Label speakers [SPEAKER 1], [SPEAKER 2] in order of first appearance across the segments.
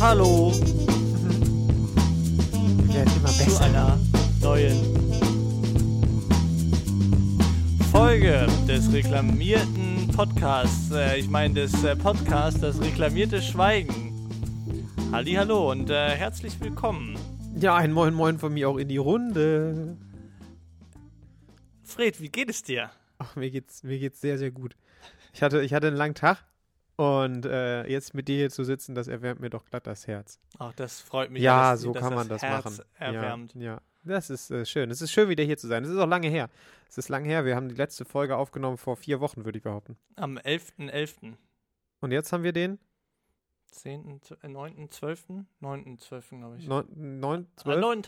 [SPEAKER 1] Hallo
[SPEAKER 2] Wir werden immer
[SPEAKER 1] zu
[SPEAKER 2] besser.
[SPEAKER 1] einer neuen Folge des reklamierten Podcasts. Äh, ich meine des äh, Podcasts Das reklamierte Schweigen. Hallo und äh, herzlich willkommen.
[SPEAKER 2] Ja, ein Moin Moin von mir auch in die Runde.
[SPEAKER 1] Fred, wie geht es dir?
[SPEAKER 2] Ach, mir geht's, mir geht's sehr, sehr gut. Ich hatte, ich hatte einen langen Tag und äh, jetzt mit dir hier zu sitzen, das erwärmt mir doch glatt das Herz.
[SPEAKER 1] Ach, das freut mich.
[SPEAKER 2] ja,
[SPEAKER 1] dass-
[SPEAKER 2] so
[SPEAKER 1] dass
[SPEAKER 2] kann man das
[SPEAKER 1] Herz
[SPEAKER 2] machen.
[SPEAKER 1] Erwärmt.
[SPEAKER 2] Ja, ja. Das ist äh, schön. Es ist schön, wieder hier zu sein. Es ist auch lange her. Es ist lange her. Wir haben die letzte Folge aufgenommen vor vier Wochen, würde ich behaupten.
[SPEAKER 1] Am 11.11.
[SPEAKER 2] Und jetzt haben wir den
[SPEAKER 1] 10., 9., 12., 9., 12., glaube ich.
[SPEAKER 2] 9. 9
[SPEAKER 1] Ah,
[SPEAKER 2] 12,
[SPEAKER 1] 9.,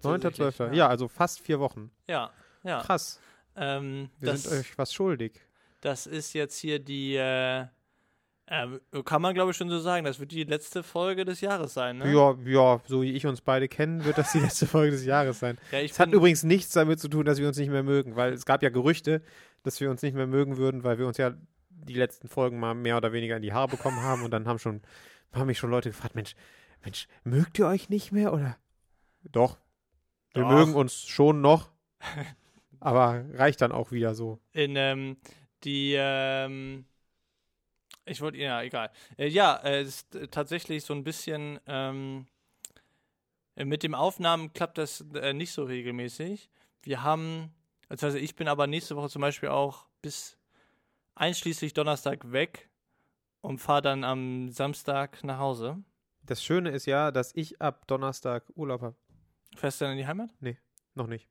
[SPEAKER 1] 12.
[SPEAKER 2] 9. 12. Ja. also fast vier Wochen.
[SPEAKER 1] Ja, ja.
[SPEAKER 2] Krass.
[SPEAKER 1] Ähm,
[SPEAKER 2] Wir
[SPEAKER 1] Ah, das,
[SPEAKER 2] sind euch was schuldig.
[SPEAKER 1] das ist jetzt hier die, äh, ähm, kann man glaube ich schon so sagen, das wird die letzte Folge des Jahres sein, ne?
[SPEAKER 2] Ja, ja, so wie ich uns beide kennen, wird das die letzte Folge des Jahres sein.
[SPEAKER 1] Ja, ich
[SPEAKER 2] Es hat
[SPEAKER 1] bin,
[SPEAKER 2] übrigens nichts damit zu tun, dass wir uns nicht mehr mögen, weil es gab ja Gerüchte, dass wir uns nicht mehr mögen würden, weil wir uns ja die letzten Folgen mal mehr oder weniger in die Haare bekommen haben und dann haben schon, haben mich schon Leute gefragt, Mensch, Mensch, mögt ihr euch nicht mehr oder? Doch. Wir
[SPEAKER 1] Doch.
[SPEAKER 2] mögen uns schon noch, aber reicht dann auch wieder so.
[SPEAKER 1] in, ähm, die, ähm, ich wollte, ja, egal. Äh, ja, äh, es ist äh, tatsächlich so ein bisschen, ähm, äh, mit dem Aufnahmen klappt das äh, nicht so regelmäßig. Wir haben, also ich bin aber nächste Woche zum Beispiel auch bis einschließlich Donnerstag weg und fahre dann am Samstag nach Hause.
[SPEAKER 2] Das Schöne ist ja, dass ich ab Donnerstag Urlaub habe.
[SPEAKER 1] Fährst du dann in die Heimat?
[SPEAKER 2] Noch nicht.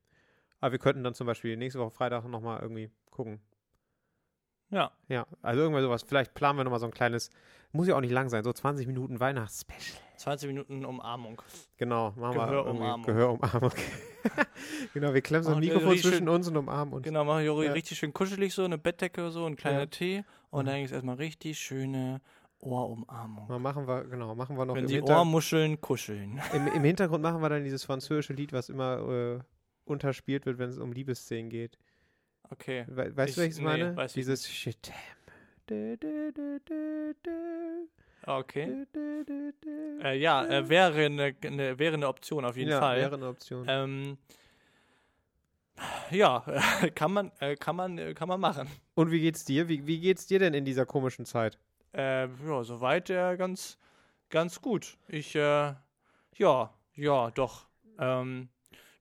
[SPEAKER 2] Aber wir könnten dann zum Beispiel nächste Woche Freitag nochmal irgendwie gucken.
[SPEAKER 1] Ja.
[SPEAKER 2] Ja, also irgendwie sowas. Vielleicht planen wir nochmal so ein kleines, muss ja auch nicht lang sein, so 20 Minuten Weihnachtsspecial.
[SPEAKER 1] 20 Minuten Umarmung.
[SPEAKER 2] Genau, machen wir
[SPEAKER 1] Gehörumarmung.
[SPEAKER 2] irgendwie Gehörumarmung. genau, wir klemmen so ein
[SPEAKER 1] Machen wir
[SPEAKER 2] Mikrofon
[SPEAKER 1] richtig schön-
[SPEAKER 2] zwischen uns und umarmen uns.
[SPEAKER 1] Genau, mach ich auch
[SPEAKER 2] Ja.
[SPEAKER 1] richtig schön kuschelig so, eine Bettdecke so, ein kleiner
[SPEAKER 2] Ja. Mhm.
[SPEAKER 1] Tee und dann gibt es erstmal richtig schöne Ohrumarmung.
[SPEAKER 2] Dann machen wir, genau, machen wir noch
[SPEAKER 1] Wenn
[SPEAKER 2] im,
[SPEAKER 1] die
[SPEAKER 2] Hinter
[SPEAKER 1] Ohrmuscheln kuscheln.
[SPEAKER 2] im, im Hintergrund machen wir dann dieses französische Lied, was immer äh, unterspielt wird, wenn es um Liebesszenen geht.
[SPEAKER 1] Okay.
[SPEAKER 2] We weißt du,
[SPEAKER 1] Ich-
[SPEAKER 2] welches ich
[SPEAKER 1] nee,
[SPEAKER 2] meine?
[SPEAKER 1] weiß ich Äh,
[SPEAKER 2] dieses Shit. Du, du, du, du, du,
[SPEAKER 1] Okay.
[SPEAKER 2] du, du, du, du.
[SPEAKER 1] Äh, ja, äh, wäre, eine, eine, wäre eine Option auf jeden
[SPEAKER 2] ja,
[SPEAKER 1] Fall.
[SPEAKER 2] wäre eine Option.
[SPEAKER 1] Ähm, ja, kann man, äh, kann man, äh, kann man machen.
[SPEAKER 2] Und wie geht's dir? Wie, wie geht's dir denn in dieser komischen Zeit?
[SPEAKER 1] Äh, ja, soweit äh, ganz, ganz gut. Ich, äh, ja, ja, doch. Ähm,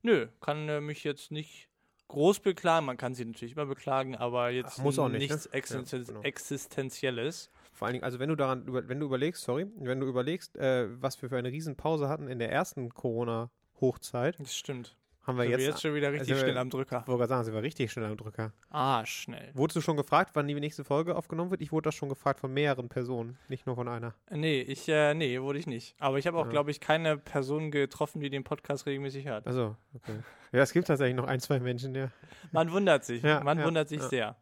[SPEAKER 1] nö, kann äh, mich jetzt nicht groß beklagen. Man kann sie natürlich immer beklagen, aber jetzt
[SPEAKER 2] Ach, muss auch nicht,
[SPEAKER 1] nichts
[SPEAKER 2] ne? Ja,
[SPEAKER 1] Existen
[SPEAKER 2] genau.
[SPEAKER 1] Existenzielles.
[SPEAKER 2] Vor allen Dingen, also wenn du daran, über- wenn du überlegst, sorry, wenn du überlegst, äh, was wir für eine Riesenpause hatten in der ersten Corona-Hochzeit,
[SPEAKER 1] Das stimmt.
[SPEAKER 2] haben wir
[SPEAKER 1] Sind wir
[SPEAKER 2] jetzt,
[SPEAKER 1] jetzt schon wieder richtig
[SPEAKER 2] also,
[SPEAKER 1] schnell
[SPEAKER 2] äh,
[SPEAKER 1] am Drücker.
[SPEAKER 2] ich wollte gerade sagen, sind wir richtig schnell am Drücker.
[SPEAKER 1] Ah, schnell.
[SPEAKER 2] Wurdest du schon gefragt, wann die nächste Folge aufgenommen wird? Ich wurde das schon gefragt von mehreren Personen, nicht nur von einer.
[SPEAKER 1] Nee, ich, äh, nee, wurde ich nicht. Aber ich habe auch,
[SPEAKER 2] Ja.
[SPEAKER 1] glaube ich, keine Person getroffen, die den Podcast regelmäßig hört.
[SPEAKER 2] Also, okay. ja, es gibt tatsächlich noch ein, zwei Menschen, ja.
[SPEAKER 1] Man wundert sich.
[SPEAKER 2] Ja,
[SPEAKER 1] man
[SPEAKER 2] ja,
[SPEAKER 1] wundert sich
[SPEAKER 2] ja.
[SPEAKER 1] sehr.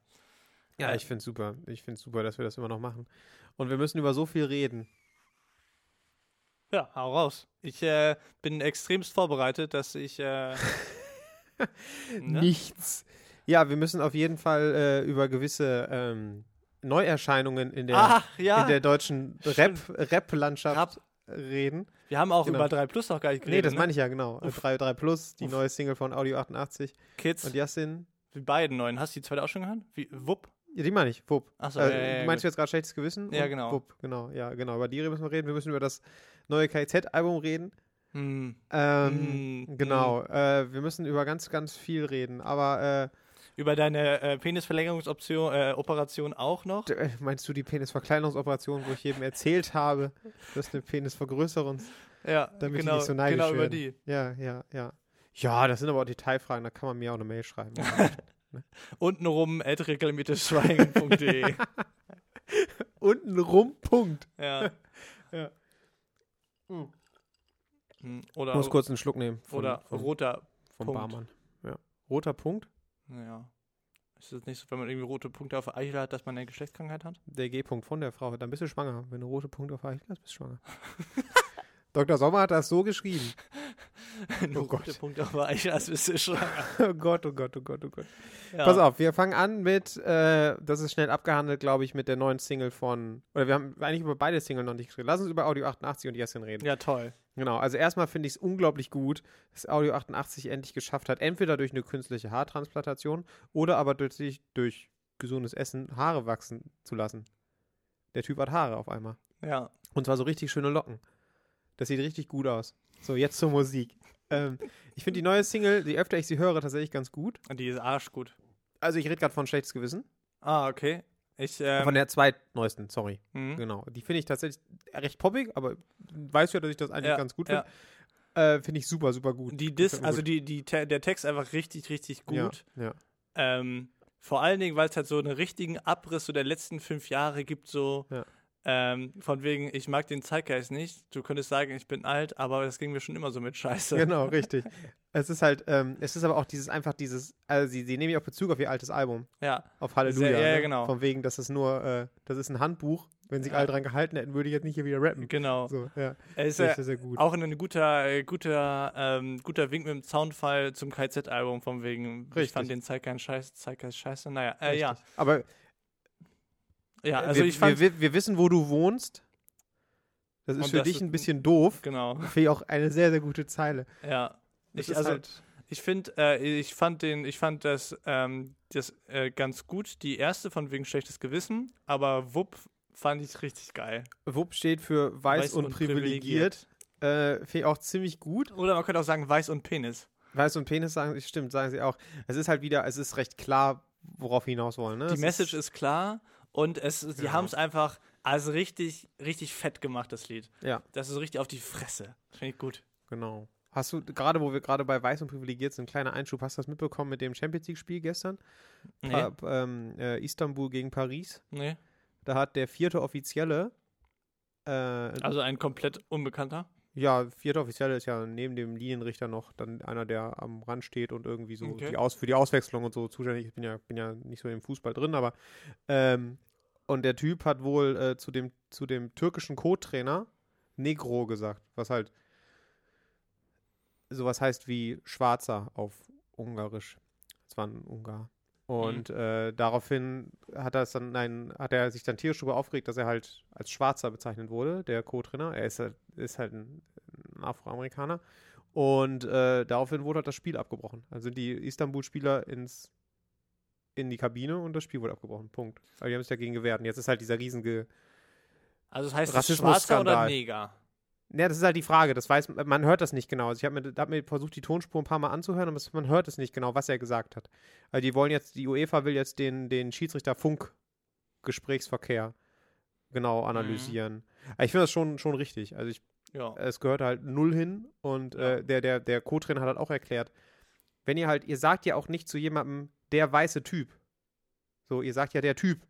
[SPEAKER 2] Ja,
[SPEAKER 1] Äh,
[SPEAKER 2] ich find's super. Ich find's super, dass wir das immer noch machen. Und wir müssen über so viel reden.
[SPEAKER 1] Ja, hau raus. Ich äh, bin extremst vorbereitet, dass ich. Äh, ne?
[SPEAKER 2] Nichts. Ja, wir müssen auf jeden Fall äh, über gewisse ähm, Neuerscheinungen in der
[SPEAKER 1] Ach Ah,
[SPEAKER 2] in
[SPEAKER 1] ja,
[SPEAKER 2] der deutschen Rap-
[SPEAKER 1] Stimmt.
[SPEAKER 2] Rap-Landschaft reden.
[SPEAKER 1] wir haben auch
[SPEAKER 2] genau.
[SPEAKER 1] über 3 Plus noch gar nicht
[SPEAKER 2] nee,
[SPEAKER 1] geredet.
[SPEAKER 2] das
[SPEAKER 1] ne?
[SPEAKER 2] meine ich ja, genau. Äh, 3, 3 Plus, die
[SPEAKER 1] Uff.
[SPEAKER 2] neue Single von Audio 88
[SPEAKER 1] Kids,
[SPEAKER 2] und Yassin.
[SPEAKER 1] die beiden neuen. Hast du die zweite auch schon gehört? Wie, wupp.
[SPEAKER 2] Ja, die meine ich, Wupp.
[SPEAKER 1] Achso,
[SPEAKER 2] Äh,
[SPEAKER 1] ja, ja, ja,
[SPEAKER 2] meinst du
[SPEAKER 1] gut.
[SPEAKER 2] jetzt gerade schlechtes Gewissen?
[SPEAKER 1] Ja,
[SPEAKER 2] und
[SPEAKER 1] genau.
[SPEAKER 2] Wupp, genau. Ja, genau. Über die müssen wir reden. Wir müssen über das neue KZ-Album reden.
[SPEAKER 1] Hm.
[SPEAKER 2] Ähm,
[SPEAKER 1] Hm, hm.
[SPEAKER 2] Genau. Äh, wir müssen über ganz, ganz viel reden. Aber äh,
[SPEAKER 1] Über deine äh, Penisverlängerungsoperation äh, Operation auch noch?
[SPEAKER 2] äh, d- äh, meinst du die Penisverkleinerungsoperation, wo ich jedem erzählt habe, dass eine Penisvergrößerung
[SPEAKER 1] Ja,
[SPEAKER 2] damit die
[SPEAKER 1] genau,
[SPEAKER 2] nicht so neidisch
[SPEAKER 1] genau über
[SPEAKER 2] werden.
[SPEAKER 1] die.
[SPEAKER 2] Ja, ja, ja. Ja, das sind aber auch Detailfragen, da kann man mir auch eine Mail schreiben.
[SPEAKER 1] Untenrum schweigen.de.
[SPEAKER 2] Unten rum, Punkt.
[SPEAKER 1] ja.
[SPEAKER 2] Ja. Mm.
[SPEAKER 1] Hm, Oder,
[SPEAKER 2] Ich muss kurz einen Schluck nehmen. Von,
[SPEAKER 1] oder
[SPEAKER 2] vom,
[SPEAKER 1] roter.
[SPEAKER 2] vom
[SPEAKER 1] Punkt.
[SPEAKER 2] Barmann. Ja. Roter Punkt,
[SPEAKER 1] Ja. Ist es nicht so, wenn man irgendwie rote Punkte auf der Eichel hat, dass man eine
[SPEAKER 2] Oh
[SPEAKER 1] Geschlechtskrankheit hat?
[SPEAKER 2] der G-Punkt von der Frau. Dann bist du schwanger. Wenn du rote Punkt auf der Eichel hast, bist du schwanger. Dr. Sommer hat das so geschrieben.
[SPEAKER 1] Nur
[SPEAKER 2] Gott.
[SPEAKER 1] rote Punkte auf Eich, als bist du schwanger.
[SPEAKER 2] Oh Gott, oh Gott, oh Gott, oh Gott.
[SPEAKER 1] Ja.
[SPEAKER 2] Pass auf, wir fangen an mit, äh, das ist schnell abgehandelt, glaube ich, mit der neuen Single von, oder wir haben eigentlich über beide Single noch nicht geredet. Lass uns über Audio 88 und Jessin reden.
[SPEAKER 1] Ja, toll.
[SPEAKER 2] Genau, also erstmal finde ich es unglaublich gut, dass Audio 88 endlich geschafft hat, entweder durch eine künstliche Haartransplantation oder aber durch, durch gesundes Essen Haare wachsen zu lassen. Der Typ hat Haare auf einmal.
[SPEAKER 1] Ja.
[SPEAKER 2] Und zwar so richtig schöne Locken. Das sieht richtig gut aus. So, jetzt zur Musik. ähm, ich finde die neue Single, je öfter ich sie höre, tatsächlich ganz gut.
[SPEAKER 1] Und Die ist arschgut.
[SPEAKER 2] Also ich rede gerade von Schlechtes Gewissen.
[SPEAKER 1] Ah, okay. Ich, ähm,
[SPEAKER 2] von der zweitneuesten, sorry.
[SPEAKER 1] mhm.
[SPEAKER 2] Genau. Die finde ich tatsächlich recht poppig, aber weiß ja, dass ich das eigentlich
[SPEAKER 1] Ja,
[SPEAKER 2] ganz gut
[SPEAKER 1] ja.
[SPEAKER 2] finde. Äh, finde ich super, super gut.
[SPEAKER 1] die Dis,
[SPEAKER 2] Gefällt mir
[SPEAKER 1] also
[SPEAKER 2] gut.
[SPEAKER 1] die, die, Te- der Text einfach richtig, richtig gut.
[SPEAKER 2] Ja, ja.
[SPEAKER 1] Ähm, vor allen Dingen, weil es halt so einen richtigen Abriss so der letzten fünf Jahre gibt, so
[SPEAKER 2] Ja.
[SPEAKER 1] ähm, von wegen, ich mag den Zeitgeist nicht. Du könntest sagen, ich bin alt, aber das ging mir schon immer so mit Scheiße.
[SPEAKER 2] Genau, richtig. es ist halt, ähm, es ist aber auch dieses, einfach dieses, also sie, sie nehmen ja auch Bezug auf ihr altes Album,
[SPEAKER 1] Ja,
[SPEAKER 2] auf Halleluja.
[SPEAKER 1] Sehr- ja, ja,
[SPEAKER 2] ne?
[SPEAKER 1] genau.
[SPEAKER 2] Von wegen, dass es nur, äh, das ist ein Handbuch. Wenn sie
[SPEAKER 1] Ja.
[SPEAKER 2] alle dran gehalten hätten, würde ich jetzt nicht hier wieder rappen.
[SPEAKER 1] genau.
[SPEAKER 2] So, ja.
[SPEAKER 1] Es ist
[SPEAKER 2] Sehr,
[SPEAKER 1] ja
[SPEAKER 2] sehr, sehr gut.
[SPEAKER 1] auch ein guter, äh, guter, ähm, guter Wink mit dem Soundfall zum KZ-Album, von wegen, ich
[SPEAKER 2] Richtig.
[SPEAKER 1] fand den Zeitgeist scheiße, Zeitgeist scheiße. Naja, äh, ja.
[SPEAKER 2] Richtig. Aber
[SPEAKER 1] ja, also
[SPEAKER 2] wir,
[SPEAKER 1] ich fand,
[SPEAKER 2] wir, wir wissen, wo du wohnst. Das ist
[SPEAKER 1] Und
[SPEAKER 2] für
[SPEAKER 1] das
[SPEAKER 2] dich
[SPEAKER 1] ist
[SPEAKER 2] ein
[SPEAKER 1] ein-
[SPEAKER 2] bisschen doof.
[SPEAKER 1] genau,
[SPEAKER 2] Finde ich auch eine sehr, sehr gute Zeile.
[SPEAKER 1] ja.
[SPEAKER 2] Das
[SPEAKER 1] Ich,
[SPEAKER 2] ist
[SPEAKER 1] also,
[SPEAKER 2] halt,
[SPEAKER 1] Ich finde, äh, ich fand den, ich fand das, ähm, das äh, ganz gut. Die erste von wegen schlechtes Gewissen, aber Wupp fand ich richtig geil.
[SPEAKER 2] Wupp steht für weiß, und, privilegiert. Äh, Finde ich auch ziemlich gut.
[SPEAKER 1] Oder man könnte auch sagen Weiß und Penis.
[SPEAKER 2] Weiß und Penis sagen, stimmt, sagen sie auch. Es ist halt wieder, es ist recht klar, worauf wir hinaus wollen. Ne?
[SPEAKER 1] Die
[SPEAKER 2] Es
[SPEAKER 1] Message
[SPEAKER 2] ist,
[SPEAKER 1] ist klar und es, sie
[SPEAKER 2] Genau.
[SPEAKER 1] haben es einfach also richtig, richtig fett gemacht das Lied.
[SPEAKER 2] Ja.
[SPEAKER 1] Das ist so richtig auf die Fresse. Finde ich gut.
[SPEAKER 2] Genau. Hast du, gerade wo wir gerade bei Weiß und privilegiert sind, kleiner Einschub, hast du das mitbekommen mit dem Champions League-Spiel gestern?
[SPEAKER 1] Nee,
[SPEAKER 2] Pa ähm, äh, Istanbul gegen Paris.
[SPEAKER 1] nee.
[SPEAKER 2] Da hat der vierte Offizielle, äh,
[SPEAKER 1] Also ein komplett Unbekannter.
[SPEAKER 2] Ja, vierter Offizielle ist ja neben dem Linienrichter noch dann einer, der am Rand steht und irgendwie so
[SPEAKER 1] Okay.
[SPEAKER 2] die Aus für die Auswechslung und so zuständig. Ich bin ja, bin ja nicht so im Fußball drin, aber ähm, und der Typ hat wohl äh, zu dem zu dem türkischen Co-Trainer Negro gesagt, was halt sowas heißt wie Schwarzer auf Ungarisch. Das war ein Ungar. Und äh, daraufhin hat er es dann, nein, hat er sich dann tierisch darüber aufgeregt, dass er halt als Schwarzer bezeichnet wurde, der Co-Trainer. Er ist halt, ist halt ein, ein Afroamerikaner. Und äh, daraufhin wurde halt das Spiel abgebrochen. Also sind die Istanbul-Spieler ins in die Kabine und das Spiel wurde abgebrochen. Punkt. Aber die haben sich dagegen gewehrt. Und jetzt ist halt dieser riesige.
[SPEAKER 1] Also es heißt es Schwarzer
[SPEAKER 2] Rassismusskandal.
[SPEAKER 1] oder Neger?
[SPEAKER 2] Naja, das ist halt die Frage. Das weiß man hört das nicht genau. Also ich habe mir, hab mir versucht, die Tonspur ein paar Mal anzuhören, aber es- man hört es nicht genau, was er gesagt hat. Also die wollen jetzt, die UEFA will jetzt den, den Schiedsrichter Funk Gesprächsverkehr genau analysieren. Aber ich finde das schon, schon richtig. Also ich
[SPEAKER 1] Ja.
[SPEAKER 2] es gehört halt null hin und äh, der, der, der Co-Trainer hat halt auch erklärt, wenn ihr halt, ihr sagt ja auch nicht zu jemandem, der weiße Typ. So, ihr sagt ja der Typ.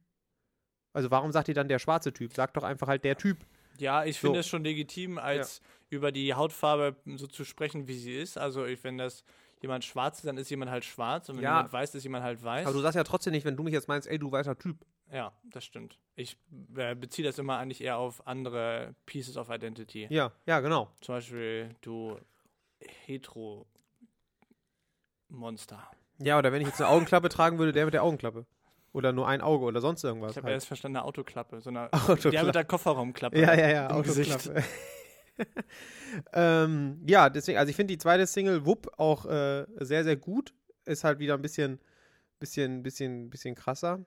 [SPEAKER 2] Also warum sagt ihr dann der schwarze Typ? Sagt doch einfach halt der Typ.
[SPEAKER 1] Ja, ich finde
[SPEAKER 2] So.
[SPEAKER 1] es schon legitim, als über die Hautfarbe so zu sprechen, wie sie ist. Also, ich, wenn das jemand schwarz ist, dann ist jemand halt schwarz. Und wenn
[SPEAKER 2] Ja.
[SPEAKER 1] jemand weiß, ist jemand halt weiß.
[SPEAKER 2] Aber du sagst ja trotzdem nicht, wenn du mich jetzt meinst, ey, du weißer Typ.
[SPEAKER 1] ja, das stimmt. Ich äh, beziehe das immer eigentlich eher auf andere Pieces of Identity.
[SPEAKER 2] Ja, ja, genau.
[SPEAKER 1] Zum Beispiel, du Hetero-Monster.
[SPEAKER 2] Ja, oder wenn ich jetzt eine Augenklappe tragen würde, der mit der Augenklappe. Oder nur ein Auge oder sonst irgendwas.
[SPEAKER 1] Ich habe
[SPEAKER 2] halt.
[SPEAKER 1] erst verstanden, eine Autoklappe. So eine,
[SPEAKER 2] Autoklappe.
[SPEAKER 1] ja, mit der Kofferraumklappe.
[SPEAKER 2] Ja, ja, ja,
[SPEAKER 1] im Gesicht.
[SPEAKER 2] Autoklappe. ähm, ja, deswegen, also ich finde die zweite Single Wupp auch äh, sehr, sehr gut. Ist halt wieder ein bisschen, bisschen, bisschen, bisschen krasser.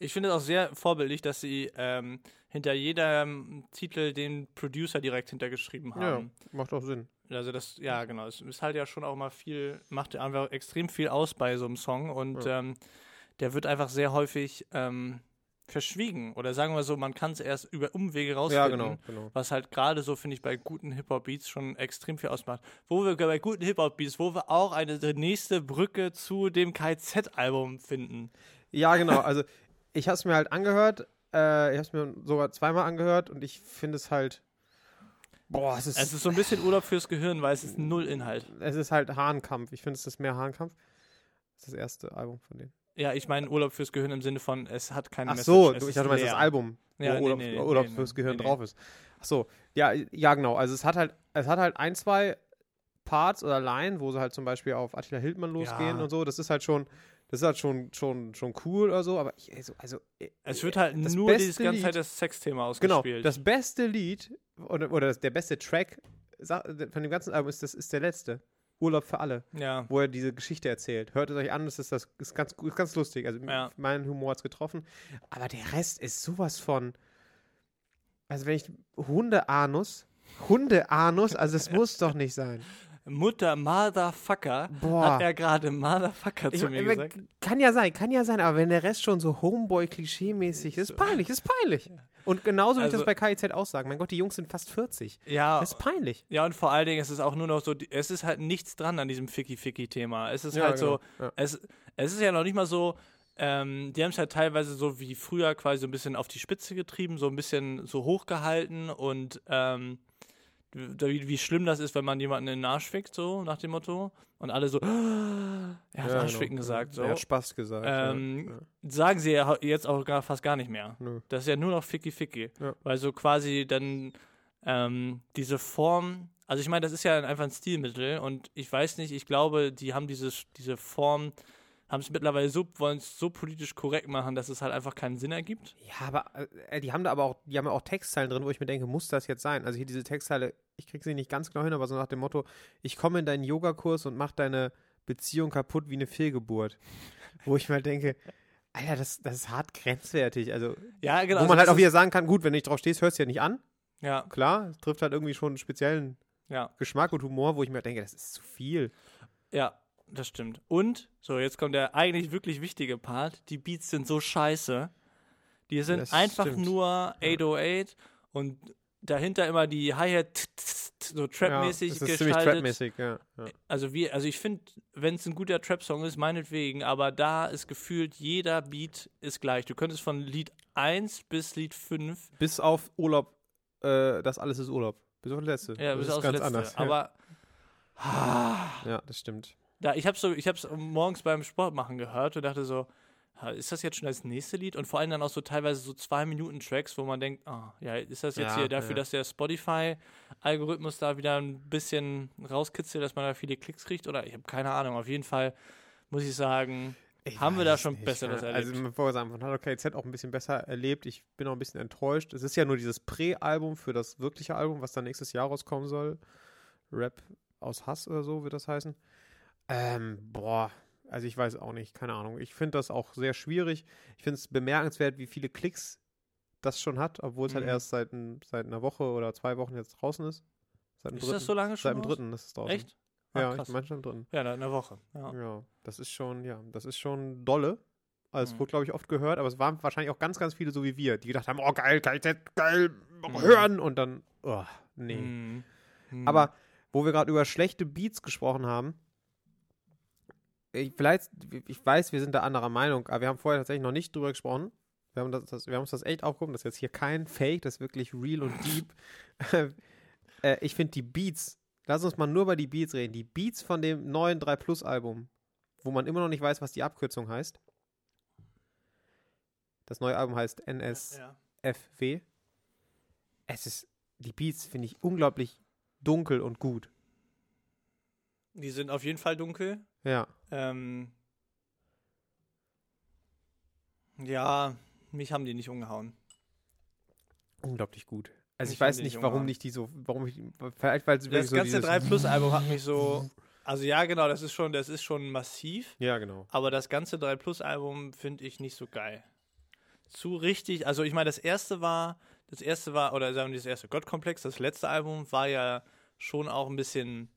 [SPEAKER 1] Ich finde es auch sehr vorbildlich, dass sie ähm, hinter jedem Titel den Producer direkt hintergeschrieben haben.
[SPEAKER 2] Ja, macht auch Sinn.
[SPEAKER 1] Also das, ja genau, es ist halt ja schon auch mal viel, macht ja einfach extrem viel aus bei so einem Song und
[SPEAKER 2] Ja.
[SPEAKER 1] ähm, der wird einfach sehr häufig ähm, verschwiegen oder sagen wir so, man kann es erst über Umwege rausfinden.
[SPEAKER 2] Ja, genau, genau.
[SPEAKER 1] Was halt gerade so, finde ich, bei guten Hip-Hop-Beats schon extrem viel ausmacht. Wo wir bei guten Hip-Hop-Beats, wo wir auch eine nächste Brücke zu dem KZ-Album finden.
[SPEAKER 2] Ja, genau. Also ich habe es mir halt angehört. Äh, ich habe es mir sogar zweimal angehört und ich finde es halt. Boah, es ist,
[SPEAKER 1] Es ist so ein bisschen Urlaub fürs Gehirn, weil es ist null Inhalt.
[SPEAKER 2] es ist halt Hahnkampf. Ich finde, es ist mehr Hahnkampf. Das ist das erste Album von denen.
[SPEAKER 1] Ja, ich meine Urlaub fürs Gehirn im Sinne von, es hat keine
[SPEAKER 2] Ach
[SPEAKER 1] Message.
[SPEAKER 2] so,
[SPEAKER 1] es
[SPEAKER 2] du- ich
[SPEAKER 1] ist
[SPEAKER 2] dachte mal, das
[SPEAKER 1] leer.
[SPEAKER 2] Album,
[SPEAKER 1] Ja, nee,
[SPEAKER 2] wo Urlaub,
[SPEAKER 1] nee, nee,
[SPEAKER 2] Urlaub
[SPEAKER 1] nee,
[SPEAKER 2] fürs
[SPEAKER 1] nee,
[SPEAKER 2] Gehirn
[SPEAKER 1] nee.
[SPEAKER 2] drauf ist. Ach so, ja, ja, genau. Also es hat halt, es hat halt ein, zwei Parts oder Line, wo sie halt zum Beispiel auf Attila Hildmann losgehen
[SPEAKER 1] Ja.
[SPEAKER 2] und so. Das ist halt schon, das ist halt schon, schon, schon cool oder so. Aber ich, also, also äh,
[SPEAKER 1] Es wird halt
[SPEAKER 2] das
[SPEAKER 1] nur dieses
[SPEAKER 2] beste
[SPEAKER 1] ganze
[SPEAKER 2] Lied-
[SPEAKER 1] Zeit das Sexthema
[SPEAKER 2] genau.
[SPEAKER 1] ausgespielt.
[SPEAKER 2] Das beste Lied oder, oder das, der beste Track sa- von dem ganzen Album ist das ist der letzte. Urlaub für alle,
[SPEAKER 1] ja.
[SPEAKER 2] wo er diese Geschichte erzählt. Hört es euch an, das ist das ist ganz gut- ist ganz lustig. Also
[SPEAKER 1] Ja.
[SPEAKER 2] mein Humor hat's getroffen, aber der Rest ist sowas von also wenn ich Hundeanus, Hundeanus, also es muss doch nicht sein.
[SPEAKER 1] Mutter Motherfucker
[SPEAKER 2] Boah.
[SPEAKER 1] hat er gerade Motherfucker
[SPEAKER 2] Ich,
[SPEAKER 1] zu mir
[SPEAKER 2] ich-
[SPEAKER 1] gesagt.
[SPEAKER 2] kann ja sein, kann ja sein, aber wenn der Rest schon so Homeboy-Klischee-mäßig ist, peinlich, ist peinlich. Und genauso würde ich
[SPEAKER 1] Also- Ah.
[SPEAKER 2] das bei KIZ auch sagen. Mein Gott, die Jungs sind fast 40.
[SPEAKER 1] Ja,
[SPEAKER 2] Das ist peinlich.
[SPEAKER 1] ja, und vor allen Dingen ist es auch nur noch so, die- es ist halt nichts dran an diesem Ficky-Ficky-Thema. Es ist
[SPEAKER 2] Ja,
[SPEAKER 1] halt so,
[SPEAKER 2] genau, ja.
[SPEAKER 1] es, es ist ja noch nicht mal so, ähm, die haben es halt teilweise so wie früher quasi so ein bisschen auf die Spitze getrieben, so ein bisschen so hochgehalten und ähm, wie, wie schlimm das ist, wenn man jemanden in den Arsch fickt, so nach dem Motto. Und alle so, er hat Arschficken gesagt, so.
[SPEAKER 2] genau. Er hat Spaß gesagt.
[SPEAKER 1] Ähm, Sagen sie ja hau- jetzt auch gar, fast gar nicht mehr.
[SPEAKER 2] Nö.
[SPEAKER 1] Das ist ja nur noch Ficky Ficky.
[SPEAKER 2] Ja.
[SPEAKER 1] Weil so quasi dann ähm, diese Form, also ich meine, das ist ja einfach ein Stilmittel und ich weiß nicht, ich glaube, die haben dieses, diese Form, haben es mittlerweile so, wollen es so politisch korrekt machen, dass es halt einfach keinen Sinn ergibt.
[SPEAKER 2] ja. ja, aber äh, die haben da aber auch, die haben ja auch Textzeilen drin, wo ich mir denke, muss das jetzt sein? Also hier diese Textzeile, ich krieg sie nicht ganz genau hin, aber so nach dem Motto, ich komme in deinen Yogakurs und mach deine Beziehung kaputt wie eine Fehlgeburt. Wo ich mal denke, Alter, das, das ist hart grenzwertig. Also
[SPEAKER 1] Ja, genau.
[SPEAKER 2] wo man halt
[SPEAKER 1] das
[SPEAKER 2] auch wieder sagen kann, gut, wenn du nicht drauf stehst, hörst du ja nicht an.
[SPEAKER 1] ist- Ja,
[SPEAKER 2] Klar, es trifft halt irgendwie schon einen speziellen
[SPEAKER 1] ja,
[SPEAKER 2] Geschmack und Humor, wo ich mir halt denke, das ist zu viel.
[SPEAKER 1] ja, das stimmt. Und, so, jetzt kommt der eigentlich wirklich wichtige Part: die Beats sind so scheiße. Die sind
[SPEAKER 2] Das
[SPEAKER 1] einfach
[SPEAKER 2] stimmt.
[SPEAKER 1] nur 808 und dahinter immer die Hi-Hat t- t- t- so trapmäßig
[SPEAKER 2] ja, das ist ziemlich
[SPEAKER 1] gestaltet.
[SPEAKER 2] trapmäßig, ja. ja.
[SPEAKER 1] Also wie, also ich finde, wenn es ein guter Trap-Song ist, meinetwegen, aber da ist gefühlt jeder Beat ist gleich. Du könntest von Lied 1 bis Lied 5,
[SPEAKER 2] Bis auf Urlaub, äh, das alles ist Urlaub. Bis auf das letzte.
[SPEAKER 1] ja,
[SPEAKER 2] das
[SPEAKER 1] bis aufs Letzte. Aber
[SPEAKER 2] ja. ja, das stimmt.
[SPEAKER 1] da, ich habe so, ich hab's morgens beim Sport machen gehört und dachte so, "Ha, ist das jetzt schon das nächste Lied? Und vor allem dann auch so teilweise so zwei Minuten Tracks, wo man denkt, ah, ja, ist das jetzt
[SPEAKER 2] Ja,
[SPEAKER 1] hier dafür,
[SPEAKER 2] ja.
[SPEAKER 1] dass der Spotify-Algorithmus da wieder ein bisschen rauskitzelt, dass man da viele Klicks kriegt? Oder ich habe keine Ahnung. Auf jeden Fall muss ich sagen,
[SPEAKER 2] Ich
[SPEAKER 1] Haben wir da
[SPEAKER 2] weiß
[SPEAKER 1] schon Besseres erlebt?
[SPEAKER 2] Also, bevor wir sagen, man hat okay, Z auch ein bisschen besser erlebt. Ich bin auch ein bisschen enttäuscht. Es ist ja nur dieses Prä-Album für das wirkliche Album, was dann nächstes Jahr rauskommen soll. Rap aus Hass oder so wird das heißen. Ähm, boah. Also, ich weiß auch nicht. Keine Ahnung. Ich finde das auch sehr schwierig. Ich finde es bemerkenswert, wie viele Klicks das schon hat, obwohl es halt
[SPEAKER 1] Mhm.
[SPEAKER 2] erst seit, ein, seit einer Woche oder zwei Wochen jetzt draußen ist. Seit dem
[SPEAKER 1] ist
[SPEAKER 2] dritten.
[SPEAKER 1] das so lange schon?
[SPEAKER 2] seit dem
[SPEAKER 1] raus?
[SPEAKER 2] dritten ist es draußen.
[SPEAKER 1] Echt? Ah,
[SPEAKER 2] Ja,
[SPEAKER 1] krass.
[SPEAKER 2] ich meine schon am dritten.
[SPEAKER 1] Ja, in einer Woche. Ja.
[SPEAKER 2] Ja, das ist schon, ja, das ist schon dolle. Also, es
[SPEAKER 1] Mhm.
[SPEAKER 2] wurde, glaube ich, oft gehört, aber es waren wahrscheinlich auch ganz, ganz viele so wie wir, die gedacht haben, oh, geil, KZ, geil, hören und dann, oh, nee.
[SPEAKER 1] Mhm. Mhm.
[SPEAKER 2] Aber wo wir gerade über schlechte Beats gesprochen haben, ich, vielleicht, ich weiß, wir sind da anderer Meinung, aber wir haben vorher tatsächlich noch nicht drüber gesprochen. Wir haben, das, das, wir haben uns das echt aufgehoben, das ist jetzt hier kein Fake, das ist wirklich real und deep. äh, ich finde die Beats, lass uns mal nur über die Beats reden, die Beats von dem neuen 3 Plus Album, wo man immer noch nicht weiß, was die Abkürzung heißt. Das neue Album heißt NS.
[SPEAKER 1] Ja.
[SPEAKER 2] FW. Es ist, die Beats finde ich unglaublich dunkel und gut.
[SPEAKER 1] Die sind auf jeden Fall dunkel.
[SPEAKER 2] Ja.
[SPEAKER 1] Ähm, ja, mich haben die nicht umgehauen.
[SPEAKER 2] Unglaublich gut. Also ich,
[SPEAKER 1] Ich
[SPEAKER 2] weiß
[SPEAKER 1] finde die
[SPEAKER 2] nicht, warum
[SPEAKER 1] Junge.
[SPEAKER 2] nicht die so, warum ich, vielleicht weil es wirklich
[SPEAKER 1] Das
[SPEAKER 2] so
[SPEAKER 1] ganze
[SPEAKER 2] dieses,
[SPEAKER 1] 3 Plus Album hat mich so. Also ja, genau, das ist schon, das ist schon massiv,
[SPEAKER 2] Ja, genau.
[SPEAKER 1] aber das ganze 3 Plus Album finde ich nicht so geil. Zu richtig, also ich meine, das erste war, das erste war, oder sagen wir das erste Gottkomplex, das letzte Album war ja schon auch ein bisschen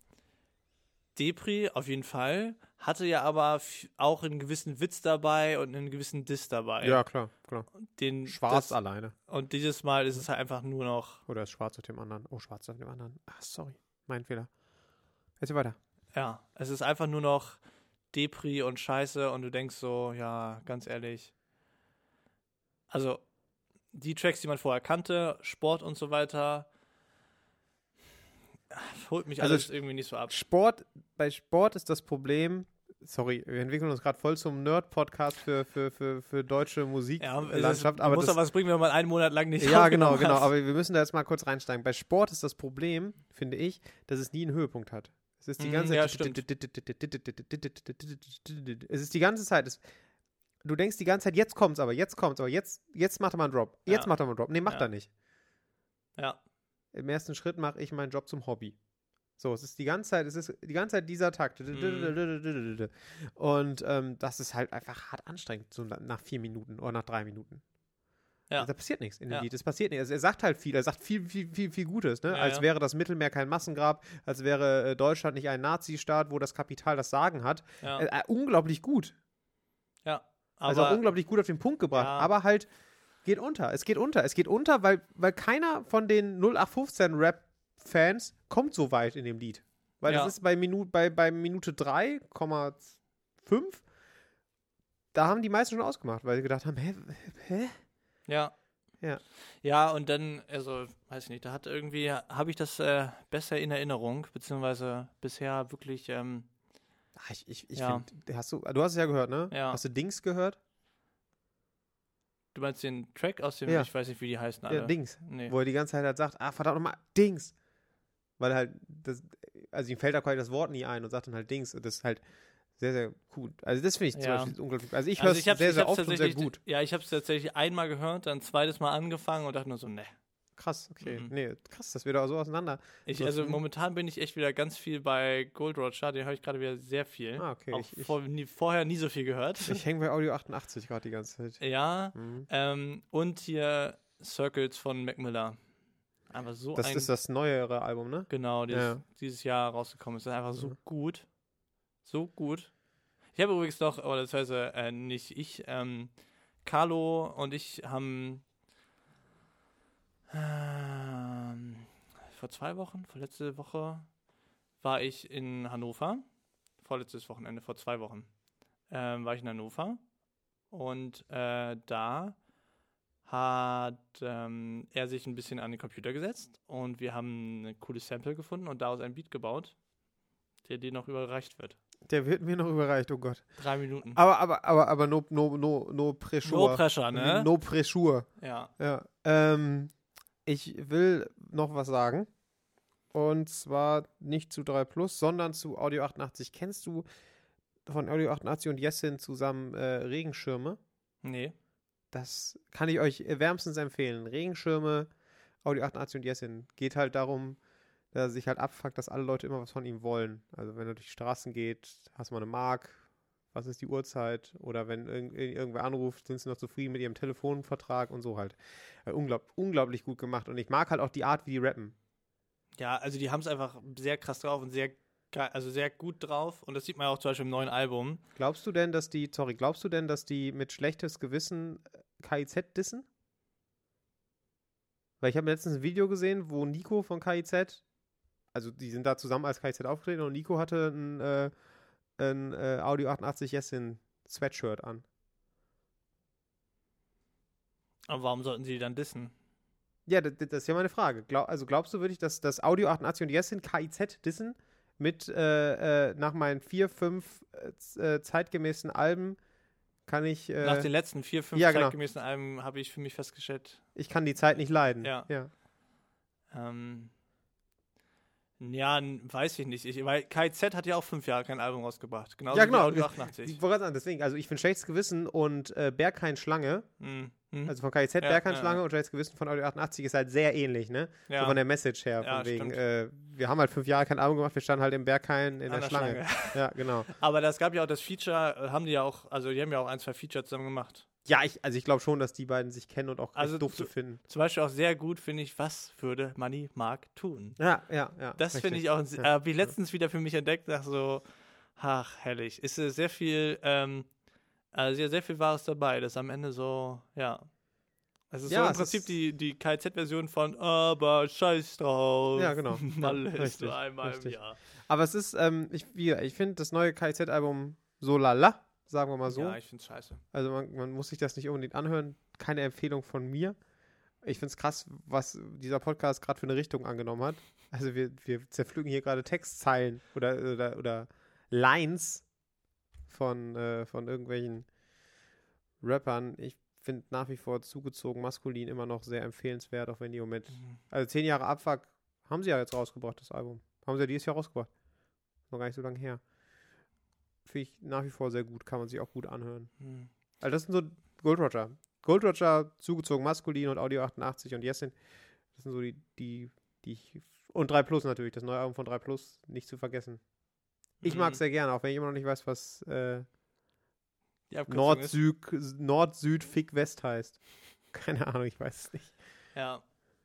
[SPEAKER 1] Depri, auf jeden Fall, hatte ja aber f- auch einen gewissen Witz dabei und einen gewissen Diss dabei.
[SPEAKER 2] Ja, klar, klar.
[SPEAKER 1] den
[SPEAKER 2] Schwarz
[SPEAKER 1] Das,
[SPEAKER 2] alleine.
[SPEAKER 1] und dieses Mal ist es halt einfach nur noch,
[SPEAKER 2] Oder ist schwarz auf dem anderen? Oh, schwarz auf dem anderen. Ach, sorry. Mein Fehler. Erzähl weiter.
[SPEAKER 1] ja, es ist einfach nur noch Depri und Scheiße und du denkst so, ja, ganz ehrlich. Also, die Tracks, die man vorher kannte, Sport und so weiter, holt mich
[SPEAKER 2] Also
[SPEAKER 1] alles
[SPEAKER 2] es- Also
[SPEAKER 1] irgendwie nicht so ab.
[SPEAKER 2] Sport, bei Sport ist das Problem, sorry, wir entwickeln uns gerade voll zum Nerd-Podcast für, für, für, für deutsche
[SPEAKER 1] Ja,
[SPEAKER 2] Musiklandschaft.
[SPEAKER 1] es ist,
[SPEAKER 2] aber
[SPEAKER 1] muss
[SPEAKER 2] das,
[SPEAKER 1] doch was bringen, wenn man einen Monat lang nicht
[SPEAKER 2] ja, genau,
[SPEAKER 1] aufgenommen
[SPEAKER 2] genau.
[SPEAKER 1] hat.
[SPEAKER 2] Aber wir müssen da jetzt mal kurz reinsteigen. Bei Sport ist das Problem, finde ich, dass es nie einen Höhepunkt hat. Es ist die
[SPEAKER 1] Mhm,
[SPEAKER 2] ganze
[SPEAKER 1] ja,
[SPEAKER 2] Zeit. Es ist die ganze Zeit. Es, du denkst die ganze Zeit, jetzt kommt's, aber jetzt kommt's, aber jetzt, jetzt macht er mal einen Drop. Jetzt
[SPEAKER 1] Ja.
[SPEAKER 2] macht er mal einen Drop. Nee, macht
[SPEAKER 1] Ja.
[SPEAKER 2] er nicht.
[SPEAKER 1] Ja.
[SPEAKER 2] Im ersten Schritt mache ich meinen Job zum Hobby. So, es ist die ganze Zeit, es ist die ganze Zeit dieser Takt.
[SPEAKER 1] Mhm.
[SPEAKER 2] Und ähm, das ist halt einfach hart anstrengend, so na- nach vier Minuten oder nach drei Minuten.
[SPEAKER 1] Ja.
[SPEAKER 2] Da passiert nichts in dem
[SPEAKER 1] Ja.
[SPEAKER 2] Lied. Es passiert nichts. Also Er sagt halt viel, er sagt viel, viel, viel, viel Gutes, ne?
[SPEAKER 1] Ja,
[SPEAKER 2] als
[SPEAKER 1] ja.
[SPEAKER 2] wäre das Mittelmeer kein Massengrab, als wäre äh, Deutschland nicht ein Nazistaat, wo das Kapital das Sagen hat.
[SPEAKER 1] ja.
[SPEAKER 2] Äh, äh, unglaublich gut.
[SPEAKER 1] ja.
[SPEAKER 2] Also
[SPEAKER 1] Aber
[SPEAKER 2] auch unglaublich gut auf den Punkt gebracht,
[SPEAKER 1] Ja.
[SPEAKER 2] aber halt geht unter. Es geht unter. Es geht unter, weil, weil keiner von den 0815 Rap-Fans kommt so weit in dem Lied. Weil
[SPEAKER 1] Ja.
[SPEAKER 2] das ist bei, Minu bei, bei Minute 3,5. Da haben die meisten schon ausgemacht, weil sie gedacht haben, hä? hä?
[SPEAKER 1] Ja.
[SPEAKER 2] Ja.
[SPEAKER 1] Ja, und dann, also, weiß ich nicht, da hat irgendwie, habe ich das äh, besser in Erinnerung, beziehungsweise bisher wirklich, ähm,
[SPEAKER 2] Ach, ich ich, ich
[SPEAKER 1] Ja.
[SPEAKER 2] finde, hast du, du hast es ja gehört, ne?
[SPEAKER 1] Ja.
[SPEAKER 2] Hast du Dings gehört?
[SPEAKER 1] du meinst den Track aus dem,
[SPEAKER 2] Ja.
[SPEAKER 1] ich weiß nicht, wie die heißen alle.
[SPEAKER 2] Ja, Dings.
[SPEAKER 1] Nee.
[SPEAKER 2] Wo er die ganze Zeit halt sagt, ah, verdammt nochmal, Dings. Weil halt, das, also ihm fällt da quasi das Wort nie ein und sagt dann halt Dings. Und das ist halt sehr, sehr gut. Also das finde ich zum
[SPEAKER 1] Ja.
[SPEAKER 2] Beispiel unglaublich. Also ich höre
[SPEAKER 1] Also
[SPEAKER 2] es
[SPEAKER 1] hab's-
[SPEAKER 2] sehr, sehr
[SPEAKER 1] hab's
[SPEAKER 2] oft und sehr
[SPEAKER 1] tatsächlich-
[SPEAKER 2] gut.
[SPEAKER 1] Ja, ich habe es tatsächlich einmal gehört, dann zweites Mal angefangen und dachte nur so, ne.
[SPEAKER 2] Krass, okay.
[SPEAKER 1] Mhm.
[SPEAKER 2] Nee, krass, dass wir da so auseinander.
[SPEAKER 1] Ich,
[SPEAKER 2] So,
[SPEAKER 1] also
[SPEAKER 2] hm.
[SPEAKER 1] momentan bin ich echt wieder ganz viel bei Gold Roger, den höre ich gerade wieder sehr viel.
[SPEAKER 2] Ah, okay.
[SPEAKER 1] Auch
[SPEAKER 2] Ich, ich,
[SPEAKER 1] vor, nie, vorher nie so viel gehört.
[SPEAKER 2] ich hänge bei Audio 88 gerade die ganze Zeit.
[SPEAKER 1] ja,
[SPEAKER 2] Mhm.
[SPEAKER 1] ähm, und hier Circles von Mac Miller. Einfach so
[SPEAKER 2] Das
[SPEAKER 1] ein
[SPEAKER 2] ist das neuere Album, ne?
[SPEAKER 1] Genau, dieses,
[SPEAKER 2] Ja.
[SPEAKER 1] dieses Jahr rausgekommen ist. Das ist einfach so
[SPEAKER 2] Ja.
[SPEAKER 1] gut. So gut. Ich habe übrigens noch, oder das heißt, äh, nicht ich, ähm, Carlo und ich haben ähm, vor zwei Wochen, vorletzte Woche, war ich in Hannover. Vorletztes Wochenende, vor zwei Wochen, ähm, war ich in Hannover. Und äh, da hat ähm, er sich ein bisschen an den Computer gesetzt und wir haben ein cooles Sample gefunden und daraus ein Beat gebaut, der dir noch überreicht wird.
[SPEAKER 2] Der wird mir noch überreicht, oh Gott.
[SPEAKER 1] Drei Minuten.
[SPEAKER 2] Aber, aber, aber, aber no, no, no, no pressure.
[SPEAKER 1] no pressure, ne?
[SPEAKER 2] No pressure.
[SPEAKER 1] Ja.
[SPEAKER 2] Ja. Ähm, ich will noch was sagen. Und zwar nicht zu 3 Plus, sondern zu Audio 88. Kennst du von Audio 88 und Jessin zusammen äh, Regenschirme?
[SPEAKER 1] Nee.
[SPEAKER 2] Das kann ich euch wärmstens empfehlen. Regenschirme, Audio 88 und Jessin. Geht halt darum, dass er sich halt abfuckt, dass alle Leute immer was von ihm wollen. Also wenn er durch die Straßen geht, hast du mal eine Mark, was ist die Uhrzeit? Oder wenn irg irg- irgendwer anruft, sind sie noch zufrieden mit ihrem Telefonvertrag und so halt. Äh, unglaub unglaublich gut gemacht. Und ich mag halt auch die Art, wie die rappen.
[SPEAKER 1] Ja, also die haben es einfach sehr krass drauf und sehr, ge- also sehr gut drauf. Und das sieht man ja auch zum Beispiel im neuen Album.
[SPEAKER 2] Glaubst du denn, dass die, sorry, glaubst du denn, dass die mit schlechtes Gewissen äh, KIZ dissen? Weil ich habe letztens ein Video gesehen, wo Nico von KIZ, also die sind da zusammen als KIZ aufgetreten und Nico hatte ein, äh, ein äh, Audio 88 Jessin Sweatshirt an.
[SPEAKER 1] Aber warum sollten sie die dann dissen?
[SPEAKER 2] Ja, das, das ist ja meine Frage. Glau also glaubst du wirklich, dass das Audio 88 und Jessin KIZ dissen mit äh, äh, nach meinen vier, fünf äh, z- äh, zeitgemäßen Alben kann ich,
[SPEAKER 1] Nach
[SPEAKER 2] äh,
[SPEAKER 1] den letzten vier, fünf
[SPEAKER 2] ja, genau.
[SPEAKER 1] zeitgemäßen Alben habe ich für mich festgestellt,
[SPEAKER 2] ich kann die Zeit nicht leiden.
[SPEAKER 1] Ja.
[SPEAKER 2] ja.
[SPEAKER 1] Ähm, ja, n- weiß ich nicht. Ich, weil KZ hat ja auch fünf Jahre kein Album rausgebracht. Genauso
[SPEAKER 2] Ja,
[SPEAKER 1] wie
[SPEAKER 2] genau.
[SPEAKER 1] Audio
[SPEAKER 2] Ich
[SPEAKER 1] 88.
[SPEAKER 2] wollte gerade sagen, deswegen, also ich finde Schlechtes Gewissen und äh, Berghain Schlange,
[SPEAKER 1] Mhm. Mhm.
[SPEAKER 2] also von KIZ
[SPEAKER 1] Ja,
[SPEAKER 2] Berghain
[SPEAKER 1] ja,
[SPEAKER 2] Schlange
[SPEAKER 1] ja.
[SPEAKER 2] und Schlechtes Gewissen von Audio 88 ist halt sehr ähnlich, ne?
[SPEAKER 1] ja,
[SPEAKER 2] So von der Message her,
[SPEAKER 1] Ja,
[SPEAKER 2] von wegen,
[SPEAKER 1] stimmt.
[SPEAKER 2] äh, wir haben halt fünf Jahre kein Album gemacht, wir standen halt im Berghain in
[SPEAKER 1] an
[SPEAKER 2] der Schlange. Ja, genau.
[SPEAKER 1] Aber das gab ja auch das Feature, äh, haben die ja auch, also die haben ja auch ein, zwei Feature zusammen gemacht.
[SPEAKER 2] Ja, ich, also ich glaube schon, dass die beiden sich kennen und auch
[SPEAKER 1] Also
[SPEAKER 2] also doof
[SPEAKER 1] zu-
[SPEAKER 2] zu finden.
[SPEAKER 1] Zum Beispiel auch sehr gut finde ich, was würde Money Mark tun?
[SPEAKER 2] Ja, ja, ja.
[SPEAKER 1] Das
[SPEAKER 2] richtig.
[SPEAKER 1] finde ich auch, äh, habe ich letztens wieder für mich entdeckt, nach so, ach, herrlich. Ist äh, sehr viel, ähm, also sehr, sehr viel Wahres dabei, das am Ende so, ja. Es ist
[SPEAKER 2] Ja,
[SPEAKER 1] so im
[SPEAKER 2] es
[SPEAKER 1] Prinzip
[SPEAKER 2] ist-
[SPEAKER 1] die, die KZ-Version von Aber scheiß drauf.
[SPEAKER 2] Ja, genau.
[SPEAKER 1] Mal
[SPEAKER 2] Ja,
[SPEAKER 1] ist
[SPEAKER 2] richtig,
[SPEAKER 1] nur einmal
[SPEAKER 2] richtig.
[SPEAKER 1] im Jahr.
[SPEAKER 2] Aber es ist, ähm, ich, wie, ich finde das neue KIZ-Album so lala, sagen wir mal so.
[SPEAKER 1] Ja, ich finde scheiße.
[SPEAKER 2] Also man, man muss sich das nicht unbedingt anhören. Keine Empfehlung von mir. Ich finde es krass, was dieser Podcast gerade für eine Richtung angenommen hat. Also wir, wir zerpflücken hier gerade Textzeilen oder, oder, oder Lines von, äh, von irgendwelchen Rappern. Ich finde nach wie vor zugezogen maskulin immer noch sehr empfehlenswert, auch wenn die im Moment.
[SPEAKER 1] Mhm.
[SPEAKER 2] Also zehn Jahre Abfuck haben sie ja jetzt rausgebracht, das Album. Haben sie ja dieses Jahr rausgebracht. Noch gar nicht so lange her. Finde ich nach wie vor sehr gut, kann man sich auch gut anhören.
[SPEAKER 1] Mhm.
[SPEAKER 2] Also das sind so Gold Roger. Gold Roger, zugezogen maskulin und Audio 88 und Jessin. Das sind so die, die, die ich. Und 3 Plus natürlich, das neue Album von 3 Plus, nicht zu vergessen. Ich
[SPEAKER 1] Mhm.
[SPEAKER 2] mag es sehr gerne, auch wenn ich immer noch nicht weiß, was äh,
[SPEAKER 1] Die Abkürzung ist-
[SPEAKER 2] Nord-Süd, Nord-Süd-Fick-West heißt. Keine Ahnung, ich weiß es nicht.
[SPEAKER 1] Ja.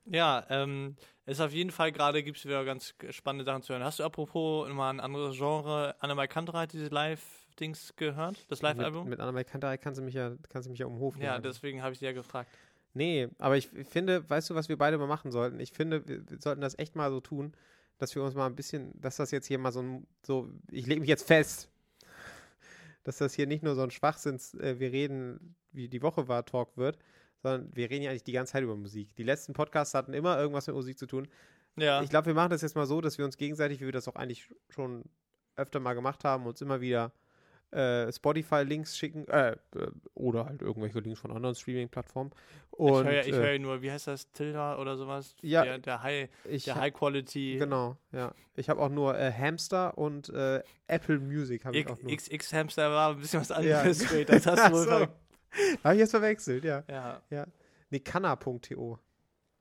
[SPEAKER 1] Ja, ähm, ist auf jeden Fall gerade gibt es wieder ganz spannende Sachen zu hören. Hast du apropos mal ein anderes Genre, Annemai Kantra hat diese Live-Dings gehört, das Live-Album?
[SPEAKER 2] Mit, mit Annabelle Kantarei kannst du mich ja, kannst du mich ja um den Hof
[SPEAKER 1] Ja,
[SPEAKER 2] jagen.
[SPEAKER 1] deswegen habe ich dich ja gefragt.
[SPEAKER 2] Nee, aber ich finde, weißt du, was wir beide mal machen sollten? Ich finde, wir, wir sollten das echt mal so tun, dass wir uns mal ein bisschen, dass das jetzt hier mal so ein, so, ich lege mich jetzt fest, dass das hier nicht nur so ein Schwachsinns, äh, wir reden, wie die Woche war, Talk wird, sondern wir reden ja eigentlich die ganze Zeit über Musik. Die letzten Podcasts hatten immer irgendwas mit Musik zu tun.
[SPEAKER 1] Ja,
[SPEAKER 2] Ich glaube, wir machen das jetzt mal so, dass wir uns gegenseitig, wie wir das auch eigentlich schon öfter mal gemacht haben, uns immer wieder äh, Spotify-Links schicken, äh, äh, oder halt irgendwelche Links von anderen Streaming-Plattformen.
[SPEAKER 1] ich
[SPEAKER 2] Und
[SPEAKER 1] höre ja, ich
[SPEAKER 2] äh,
[SPEAKER 1] hör ja nur, wie heißt das, Tilda oder sowas?
[SPEAKER 2] Ja.
[SPEAKER 1] Der, der High,
[SPEAKER 2] Ich
[SPEAKER 1] der
[SPEAKER 2] hab-
[SPEAKER 1] High Quality,
[SPEAKER 2] genau, ja. Ich habe auch nur äh, Hamster und äh, Apple Music habe ich auch nur.
[SPEAKER 1] X- XX Hamster war ein bisschen was
[SPEAKER 2] Ja.
[SPEAKER 1] anderes, Fred, das hast du wohl
[SPEAKER 2] Ach so.
[SPEAKER 1] ver-
[SPEAKER 2] Habe ich jetzt verwechselt, ja.
[SPEAKER 1] Ja,
[SPEAKER 2] Nee, kanna.to.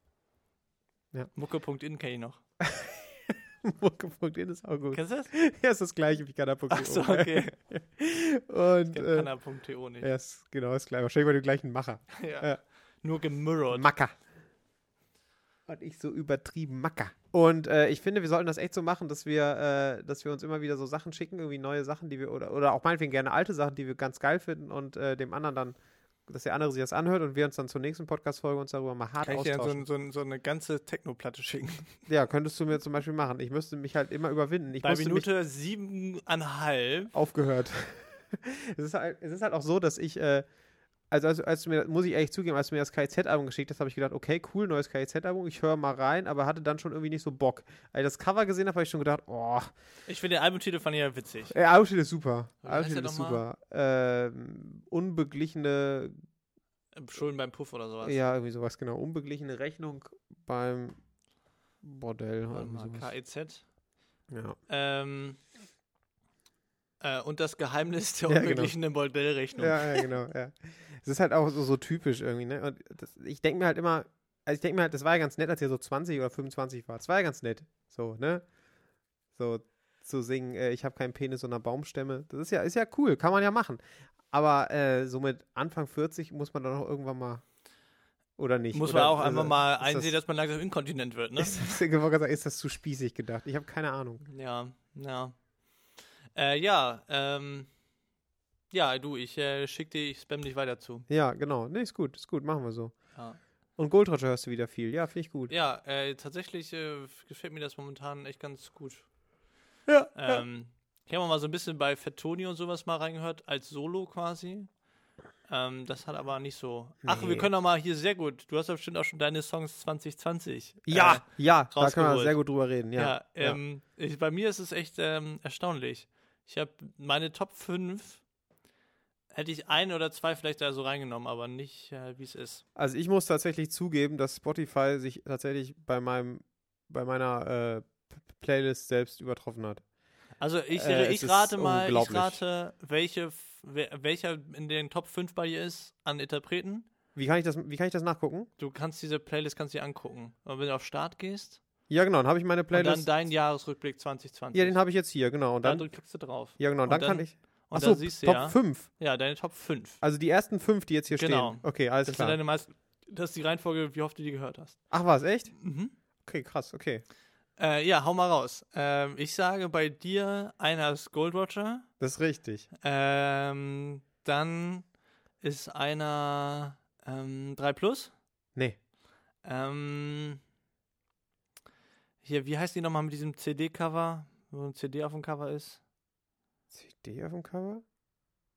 [SPEAKER 1] mucke.in kenne ich noch.
[SPEAKER 2] Mucke.in ist auch gut.
[SPEAKER 1] Kennst du das?
[SPEAKER 2] Ja, ist das gleiche wie kanna.to.
[SPEAKER 1] Ach so, okay.
[SPEAKER 2] Und
[SPEAKER 1] Kennt
[SPEAKER 2] äh,
[SPEAKER 1] Kanna.to nicht.
[SPEAKER 2] ja, ist genau das gleiche. Wahrscheinlich bei dem gleichen Macher.
[SPEAKER 1] Ja.
[SPEAKER 2] Ja.
[SPEAKER 1] Nur gemirrored.
[SPEAKER 2] Macker. Und ich so übertrieben Macker. Und äh, ich finde, wir sollten das echt so machen, dass wir, äh, dass wir uns immer wieder so Sachen schicken, irgendwie neue Sachen, die wir, oder, oder auch meinetwegen gerne alte Sachen, die wir ganz geil finden und äh, dem anderen dann, dass der andere sich das anhört und wir uns dann zur nächsten Podcast-Folge uns darüber mal hart
[SPEAKER 1] Kann ich dir so,
[SPEAKER 2] austauschen.
[SPEAKER 1] ein- so, ein- so eine ganze Techno-Platte schicken?
[SPEAKER 2] ja, könntest du mir zum Beispiel machen. Ich müsste mich halt immer überwinden. Ich
[SPEAKER 1] Bei
[SPEAKER 2] musste mich
[SPEAKER 1] Minute siebeneinhalb.
[SPEAKER 2] aufgehört. es, ist halt, es ist halt auch so, dass ich, äh, also als, als du mir, muss ich ehrlich zugeben, als du mir das KIZ-Album geschickt hast, habe ich gedacht, okay, cool, neues KIZ-Album, ich höre mal rein, aber hatte dann schon irgendwie nicht so Bock. Als ich das Cover gesehen habe, habe ich schon gedacht, oh,
[SPEAKER 1] Ich finde den Albumtitel fand ich ja witzig.
[SPEAKER 2] ey, Albumstil ist super.
[SPEAKER 1] Wie heißt der
[SPEAKER 2] Albumstil ist
[SPEAKER 1] nochmal?
[SPEAKER 2] super. Ähm, unbeglichene,
[SPEAKER 1] Schulden beim Puff oder sowas.
[SPEAKER 2] ja, irgendwie sowas, genau, unbeglichene Rechnung beim Bordell.
[SPEAKER 1] Warte
[SPEAKER 2] irgendwie
[SPEAKER 1] mal,
[SPEAKER 2] sowas.
[SPEAKER 1] KEZ.
[SPEAKER 2] Ja.
[SPEAKER 1] Ähm, äh, und das Geheimnis der
[SPEAKER 2] Ja, genau.
[SPEAKER 1] unmöglichen Bordellrechnung.
[SPEAKER 2] Ja, ja, genau, ja. Es ist halt auch so, so typisch irgendwie, ne? Und das, ich denke mir halt immer, also ich denke mir halt, das war ja ganz nett, als ihr so 20 oder 25 war. Das war ja ganz nett. So, ne? So zu singen, äh, ich habe keinen Penis, sondern Baumstämme. Das ist ja, ist ja cool, kann man ja machen. Aber äh, so mit Anfang 40 muss man dann auch irgendwann mal. Oder nicht?
[SPEAKER 1] Muss
[SPEAKER 2] oder, äh,
[SPEAKER 1] man auch einfach mal
[SPEAKER 2] ist
[SPEAKER 1] einsehen,
[SPEAKER 2] das,
[SPEAKER 1] dass man langsam inkontinent wird, ne?
[SPEAKER 2] Ist das, ich wollte gerade sagen, ist das zu spießig gedacht? Ich habe keine Ahnung.
[SPEAKER 1] Ja, ja. Äh, ja, ähm, ja, du, ich äh, schick dir, ich spam dich weiter zu.
[SPEAKER 2] Ja, genau. Nee, ist gut, ist gut, machen wir so.
[SPEAKER 1] Ja,
[SPEAKER 2] Und Goldroger hörst du wieder viel. Ja, finde ich gut.
[SPEAKER 1] ja äh, tatsächlich äh, gefällt mir das momentan echt ganz gut.
[SPEAKER 2] Ja,
[SPEAKER 1] Ähm, ich habe mal so ein bisschen bei Fettoni und sowas mal reingehört, als Solo quasi. Ähm, das hat aber nicht so. Ach,
[SPEAKER 2] Nee.
[SPEAKER 1] wir können doch mal hier sehr gut. Du hast doch bestimmt auch schon deine Songs 2020.
[SPEAKER 2] Ja, Äh, ja, da können wir
[SPEAKER 1] rausgeholt.
[SPEAKER 2] sehr gut drüber reden.
[SPEAKER 1] Äh,
[SPEAKER 2] Ja,
[SPEAKER 1] ja, ähm, Ich, bei mir ist es echt ähm, erstaunlich. Ich habe meine Top 5. Hätte ich ein oder zwei vielleicht da so reingenommen, aber nicht, äh, wie es ist.
[SPEAKER 2] Also ich muss tatsächlich zugeben, dass Spotify sich tatsächlich bei meinem, bei meiner äh, P- P- Playlist selbst übertroffen hat.
[SPEAKER 1] Also ich,
[SPEAKER 2] Äh, es
[SPEAKER 1] ich rate
[SPEAKER 2] ist
[SPEAKER 1] mal, ich
[SPEAKER 2] unglaublich.
[SPEAKER 1] rate, welche, f- wer, welcher in den Top 5 bei dir ist an Interpreten.
[SPEAKER 2] Wie kann ich das, wie kann ich das nachgucken?
[SPEAKER 1] Du kannst diese Playlist kannst dir angucken. Und wenn du auf Start gehst
[SPEAKER 2] Ja, genau, dann habe ich meine
[SPEAKER 1] und
[SPEAKER 2] Playlist.
[SPEAKER 1] dann dein Jahresrückblick 2020.
[SPEAKER 2] ja, den habe ich jetzt hier, genau. Und
[SPEAKER 1] da
[SPEAKER 2] dann,
[SPEAKER 1] drück- klickst du drauf.
[SPEAKER 2] ja,
[SPEAKER 1] und
[SPEAKER 2] genau, und dann,
[SPEAKER 1] dann-
[SPEAKER 2] kann ich.
[SPEAKER 1] Und
[SPEAKER 2] Achso,
[SPEAKER 1] dann siehst du
[SPEAKER 2] Top
[SPEAKER 1] ja,
[SPEAKER 2] 5.
[SPEAKER 1] ja, deine Top 5.
[SPEAKER 2] Also die ersten 5, die jetzt hier
[SPEAKER 1] Genau.
[SPEAKER 2] stehen. Okay, alles
[SPEAKER 1] Das, sind
[SPEAKER 2] klar.
[SPEAKER 1] deine meist, das ist die Reihenfolge, wie oft du die gehört hast.
[SPEAKER 2] Ach was, echt?
[SPEAKER 1] Mhm.
[SPEAKER 2] Okay, krass, okay.
[SPEAKER 1] Äh, ja, hau mal raus. Ähm, ich sage bei dir, einer ist Gold Roger.
[SPEAKER 2] Das ist richtig.
[SPEAKER 1] Ähm, dann ist einer ähm, 3 Plus.
[SPEAKER 2] Nee.
[SPEAKER 1] Ähm, hier, wie heißt die nochmal mit diesem CD-Cover? Wo ein CD auf dem Cover ist?
[SPEAKER 2] CD auf dem Cover?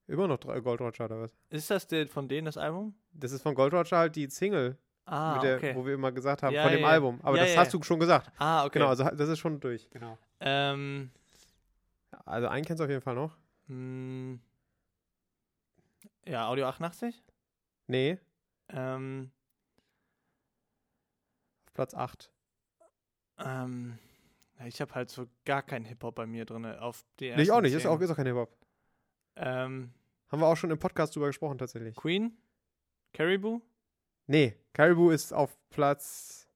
[SPEAKER 2] Immer noch drei- Gold Roger oder was?
[SPEAKER 1] Ist das der, von denen das Album?
[SPEAKER 2] Das ist von Gold Roger halt die Single,
[SPEAKER 1] Ah,
[SPEAKER 2] mit der,
[SPEAKER 1] okay.
[SPEAKER 2] wo wir immer gesagt haben,
[SPEAKER 1] Ja,
[SPEAKER 2] von
[SPEAKER 1] ja,
[SPEAKER 2] dem
[SPEAKER 1] ja.
[SPEAKER 2] Album. Aber
[SPEAKER 1] Ja,
[SPEAKER 2] das
[SPEAKER 1] ja,
[SPEAKER 2] hast
[SPEAKER 1] ja.
[SPEAKER 2] du schon gesagt.
[SPEAKER 1] ah, okay.
[SPEAKER 2] Genau, also ha- das ist schon durch.
[SPEAKER 1] Ähm,
[SPEAKER 2] Also einen kennst du auf jeden Fall noch.
[SPEAKER 1] mh, hm. Ja, Audio 88?
[SPEAKER 2] Nee,
[SPEAKER 1] Ähm,
[SPEAKER 2] auf Platz 8.
[SPEAKER 1] ähm, ja, ich habe halt so gar keinen Hip-Hop bei mir drin. Auf die
[SPEAKER 2] Nee, ich auch
[SPEAKER 1] ersten
[SPEAKER 2] nicht, ist
[SPEAKER 1] zehn.
[SPEAKER 2] auch, ist auch kein Hip-Hop.
[SPEAKER 1] Ähm,
[SPEAKER 2] Haben wir auch schon im Podcast drüber gesprochen, tatsächlich.
[SPEAKER 1] Queen? Caribou?
[SPEAKER 2] Nee, Caribou ist auf Platz.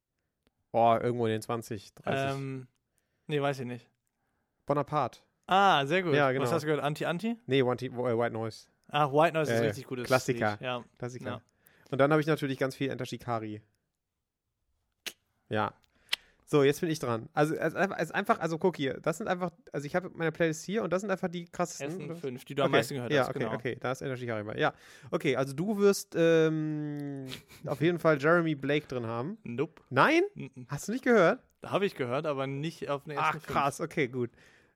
[SPEAKER 2] Boah, irgendwo in den 20, 30.
[SPEAKER 1] Ähm, nee, weiß ich nicht.
[SPEAKER 2] Bonaparte.
[SPEAKER 1] Ah, sehr gut.
[SPEAKER 2] Ja, genau.
[SPEAKER 1] Was hast du gehört? Anti-Anti?
[SPEAKER 2] Nee, One T- äh, White Noise.
[SPEAKER 1] Ach, White Noise ist ein
[SPEAKER 2] Äh,
[SPEAKER 1] richtig gutes
[SPEAKER 2] Klassiker.
[SPEAKER 1] Lied. Ja.
[SPEAKER 2] Klassiker.
[SPEAKER 1] Ja.
[SPEAKER 2] Und dann habe ich natürlich ganz viel Enter Shikari. Ja. So, jetzt bin ich dran. Also, als, als einfach, also guck hier, das sind einfach, also ich habe meine Playlist hier und das sind einfach die krassesten.
[SPEAKER 1] Essen
[SPEAKER 2] oder was?
[SPEAKER 1] 5, die du am meisten gehört
[SPEAKER 2] ja,
[SPEAKER 1] hast.
[SPEAKER 2] okay,
[SPEAKER 1] genau.
[SPEAKER 2] okay, da ist Enter Shikari bei. Ja, okay, also du wirst ähm, auf jeden Fall Jeremy Blake drin haben.
[SPEAKER 1] Nope.
[SPEAKER 2] Nein? Hast du nicht gehört?
[SPEAKER 1] Habe ich gehört, aber nicht auf den ersten
[SPEAKER 2] Ach, krass, okay, gut.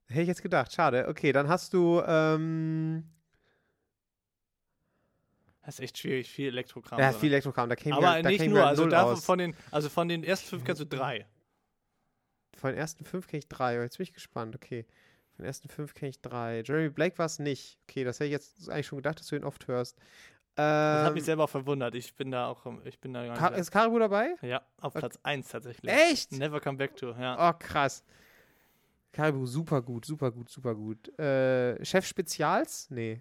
[SPEAKER 2] Hätte ich jetzt gedacht, schade. Okay, dann hast du, ähm,
[SPEAKER 1] Fünf. Das ist echt schwierig, viel Elektrokram.
[SPEAKER 2] ja,
[SPEAKER 1] drin.
[SPEAKER 2] viel Elektrokram, da käme
[SPEAKER 1] aber
[SPEAKER 2] mir, da
[SPEAKER 1] nicht
[SPEAKER 2] käme
[SPEAKER 1] nur,
[SPEAKER 2] mir
[SPEAKER 1] also,
[SPEAKER 2] null
[SPEAKER 1] davon,
[SPEAKER 2] aus.
[SPEAKER 1] von den, also von den ersten fünf kannst du drei.
[SPEAKER 2] Von den ersten fünf kenne ich drei. Oh, Jetzt bin ich gespannt. Okay. Von den ersten fünf kenne ich drei. Jeremy Blake war es nicht. Okay, das hätte ich jetzt eigentlich schon gedacht, dass du ihn oft hörst.
[SPEAKER 1] Das hat
[SPEAKER 2] Ähm,
[SPEAKER 1] mich selber verwundert. Ich bin da auch, ähm, ich bin da gar
[SPEAKER 2] Ka
[SPEAKER 1] nicht.
[SPEAKER 2] ist Caribou dabei?
[SPEAKER 1] Ja, auf Platz 1 tatsächlich.
[SPEAKER 2] Echt?
[SPEAKER 1] Never come back to, ja.
[SPEAKER 2] Oh, krass. Caribou, super gut, super gut, super gut. Äh, Chef Spezials? Nee.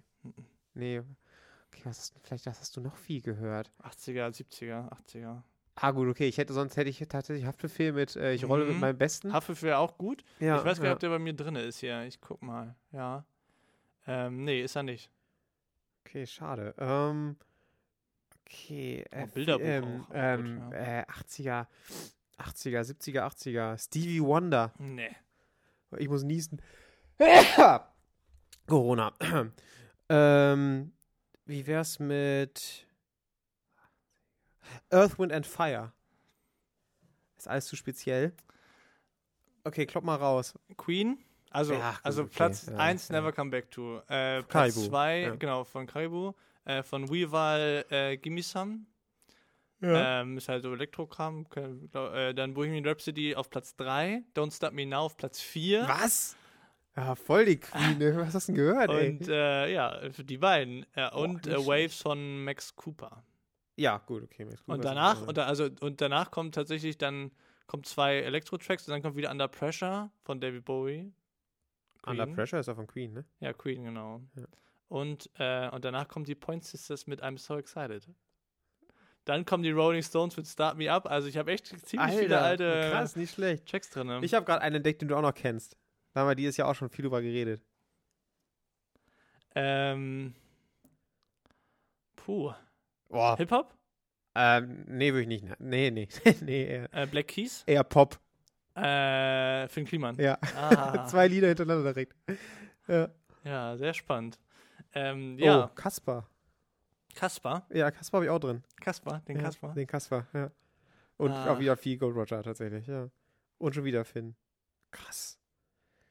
[SPEAKER 2] Nee. Okay, was hast, vielleicht hast du noch viel gehört.
[SPEAKER 1] 80er, 70er, 80er.
[SPEAKER 2] Ah, gut, okay. Ich hätte, sonst hätte ich tatsächlich Haftbefehl mit äh, Ich rolle mit
[SPEAKER 1] Mhm.
[SPEAKER 2] meinem Besten.
[SPEAKER 1] Haffef wäre auch gut.
[SPEAKER 2] ja,
[SPEAKER 1] ich weiß gar nicht,
[SPEAKER 2] ja.
[SPEAKER 1] ob der bei mir drin ist hier. Ich guck mal, ja. Ähm, nee, ist er nicht.
[SPEAKER 2] Okay, schade. Ähm, okay. Äh,
[SPEAKER 1] Oh, Bilderbuch
[SPEAKER 2] ähm,
[SPEAKER 1] auch, auch gut,
[SPEAKER 2] ähm,
[SPEAKER 1] ja.
[SPEAKER 2] äh, 80er, 80er, 70er, 80er. Stevie Wonder.
[SPEAKER 1] Nee.
[SPEAKER 2] Ich muss niesen. Corona. ähm, wie wär's mit Earth, Wind and Fire? Ist alles zu speziell? Okay, klopp mal raus.
[SPEAKER 1] Queen, also,
[SPEAKER 2] Ja, gut,
[SPEAKER 1] also
[SPEAKER 2] okay,
[SPEAKER 1] Platz
[SPEAKER 2] ja,
[SPEAKER 1] 1
[SPEAKER 2] ja.
[SPEAKER 1] Never Come Back to. Äh,
[SPEAKER 2] Von
[SPEAKER 1] Platz
[SPEAKER 2] Caribou,
[SPEAKER 1] 2,
[SPEAKER 2] ja.
[SPEAKER 1] genau, von Caribou. Äh, von Weval äh, Gimme Some. Ähm, ist halt so Elektrokram. Ke- glaub- Äh, dann Bohemian Rhapsody auf Platz 3. Don't Stop Me Now auf Platz 4.
[SPEAKER 2] Was? Ja, voll die Queen. ey. Was hast du denn gehört, ey?
[SPEAKER 1] Und äh, ja, für die beiden. Äh, und
[SPEAKER 2] nicht
[SPEAKER 1] äh,
[SPEAKER 2] schlecht.
[SPEAKER 1] Waves von Max Cooper.
[SPEAKER 2] Ja, gut, okay. mir Oh, ist gut,
[SPEAKER 1] Und
[SPEAKER 2] was
[SPEAKER 1] danach,
[SPEAKER 2] anderes.
[SPEAKER 1] und, da, also, und danach kommt tatsächlich dann kommt zwei Elektro-Tracks und dann kommt wieder Under Pressure von David Bowie.
[SPEAKER 2] Under
[SPEAKER 1] Queen.
[SPEAKER 2] Pressure ist auch von Queen, ne?
[SPEAKER 1] Ja, Queen, genau.
[SPEAKER 2] Ja.
[SPEAKER 1] Und, äh, und danach kommen die Point Sisters mit I'm So Excited. Dann kommen die Rolling Stones mit Start Me Up. Also ich habe echt ziemlich viele alte
[SPEAKER 2] krass, nicht schlecht.
[SPEAKER 1] Tracks drin.
[SPEAKER 2] Ich habe gerade einen entdeckt, den du auch noch kennst. Da haben wir dieses Jahr auch schon viel drüber geredet.
[SPEAKER 1] ähm, puh.
[SPEAKER 2] Boah,
[SPEAKER 1] Hip-Hop?
[SPEAKER 2] ähm, nee, würde ich nicht. na- Nee, nee, nee, eher,
[SPEAKER 1] Äh, Black Keys?
[SPEAKER 2] eher Pop.
[SPEAKER 1] Äh, Finn Kliman.
[SPEAKER 2] Ja,
[SPEAKER 1] Ah,
[SPEAKER 2] zwei Lieder hintereinander direkt. Ja.
[SPEAKER 1] ja, sehr spannend. Ähm, ja,
[SPEAKER 2] Oh, Kasper.
[SPEAKER 1] Kaspar.
[SPEAKER 2] Ja, Kasper habe ich auch drin.
[SPEAKER 1] Kaspar, den
[SPEAKER 2] ja,
[SPEAKER 1] Kaspar.
[SPEAKER 2] Den Kasper, ja. Und
[SPEAKER 1] Ah.
[SPEAKER 2] auch wieder viel Gold Roger tatsächlich, ja. Und schon wieder Finn. Krass.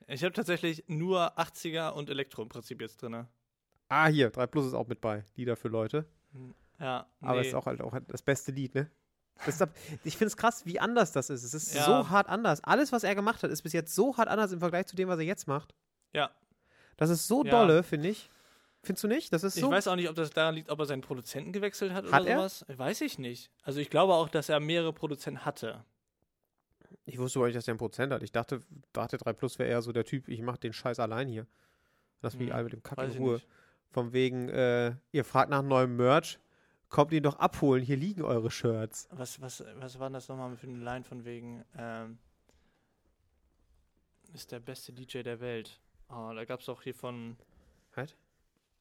[SPEAKER 1] Ich habe tatsächlich nur 80er und Elektro im Prinzip jetzt drin.
[SPEAKER 2] Ah, hier, 3 Plus ist auch mit bei. Lieder für Leute.
[SPEAKER 1] Ja,
[SPEAKER 2] Aber
[SPEAKER 1] nee.
[SPEAKER 2] es ist auch halt auch das beste Lied, ne? Das ist ab- ich finde es krass, wie anders das ist. Es ist
[SPEAKER 1] Ja.
[SPEAKER 2] so hart anders. Alles, was er gemacht hat, ist bis jetzt so hart anders im Vergleich zu dem, was er jetzt macht.
[SPEAKER 1] Ja.
[SPEAKER 2] Das ist so
[SPEAKER 1] Ja.
[SPEAKER 2] dolle, finde ich. Findest du nicht? Das ist
[SPEAKER 1] Ich
[SPEAKER 2] so.
[SPEAKER 1] weiß auch nicht, ob das daran liegt, ob er seinen Produzenten gewechselt hat,
[SPEAKER 2] Hat
[SPEAKER 1] oder
[SPEAKER 2] er?
[SPEAKER 1] sowas. Weiß ich nicht. Also ich glaube auch, dass er mehrere Produzenten hatte.
[SPEAKER 2] Ich wusste überhaupt nicht, dass der einen Prozent hat. Ich dachte, dachte 3 Plus wäre eher so der Typ, ich mache den Scheiß allein hier. Lass mich
[SPEAKER 1] Hm,
[SPEAKER 2] alle mit dem Kack
[SPEAKER 1] Weiß
[SPEAKER 2] in
[SPEAKER 1] ich
[SPEAKER 2] Ruhe.
[SPEAKER 1] nicht.
[SPEAKER 2] Von wegen, äh, ihr fragt nach neuem Merch, kommt ihn doch abholen, hier liegen eure Shirts.
[SPEAKER 1] Was, was, was war denn das nochmal für eine Line von wegen, ähm, ist der beste DJ der Welt? Oh, da gab es auch hier von,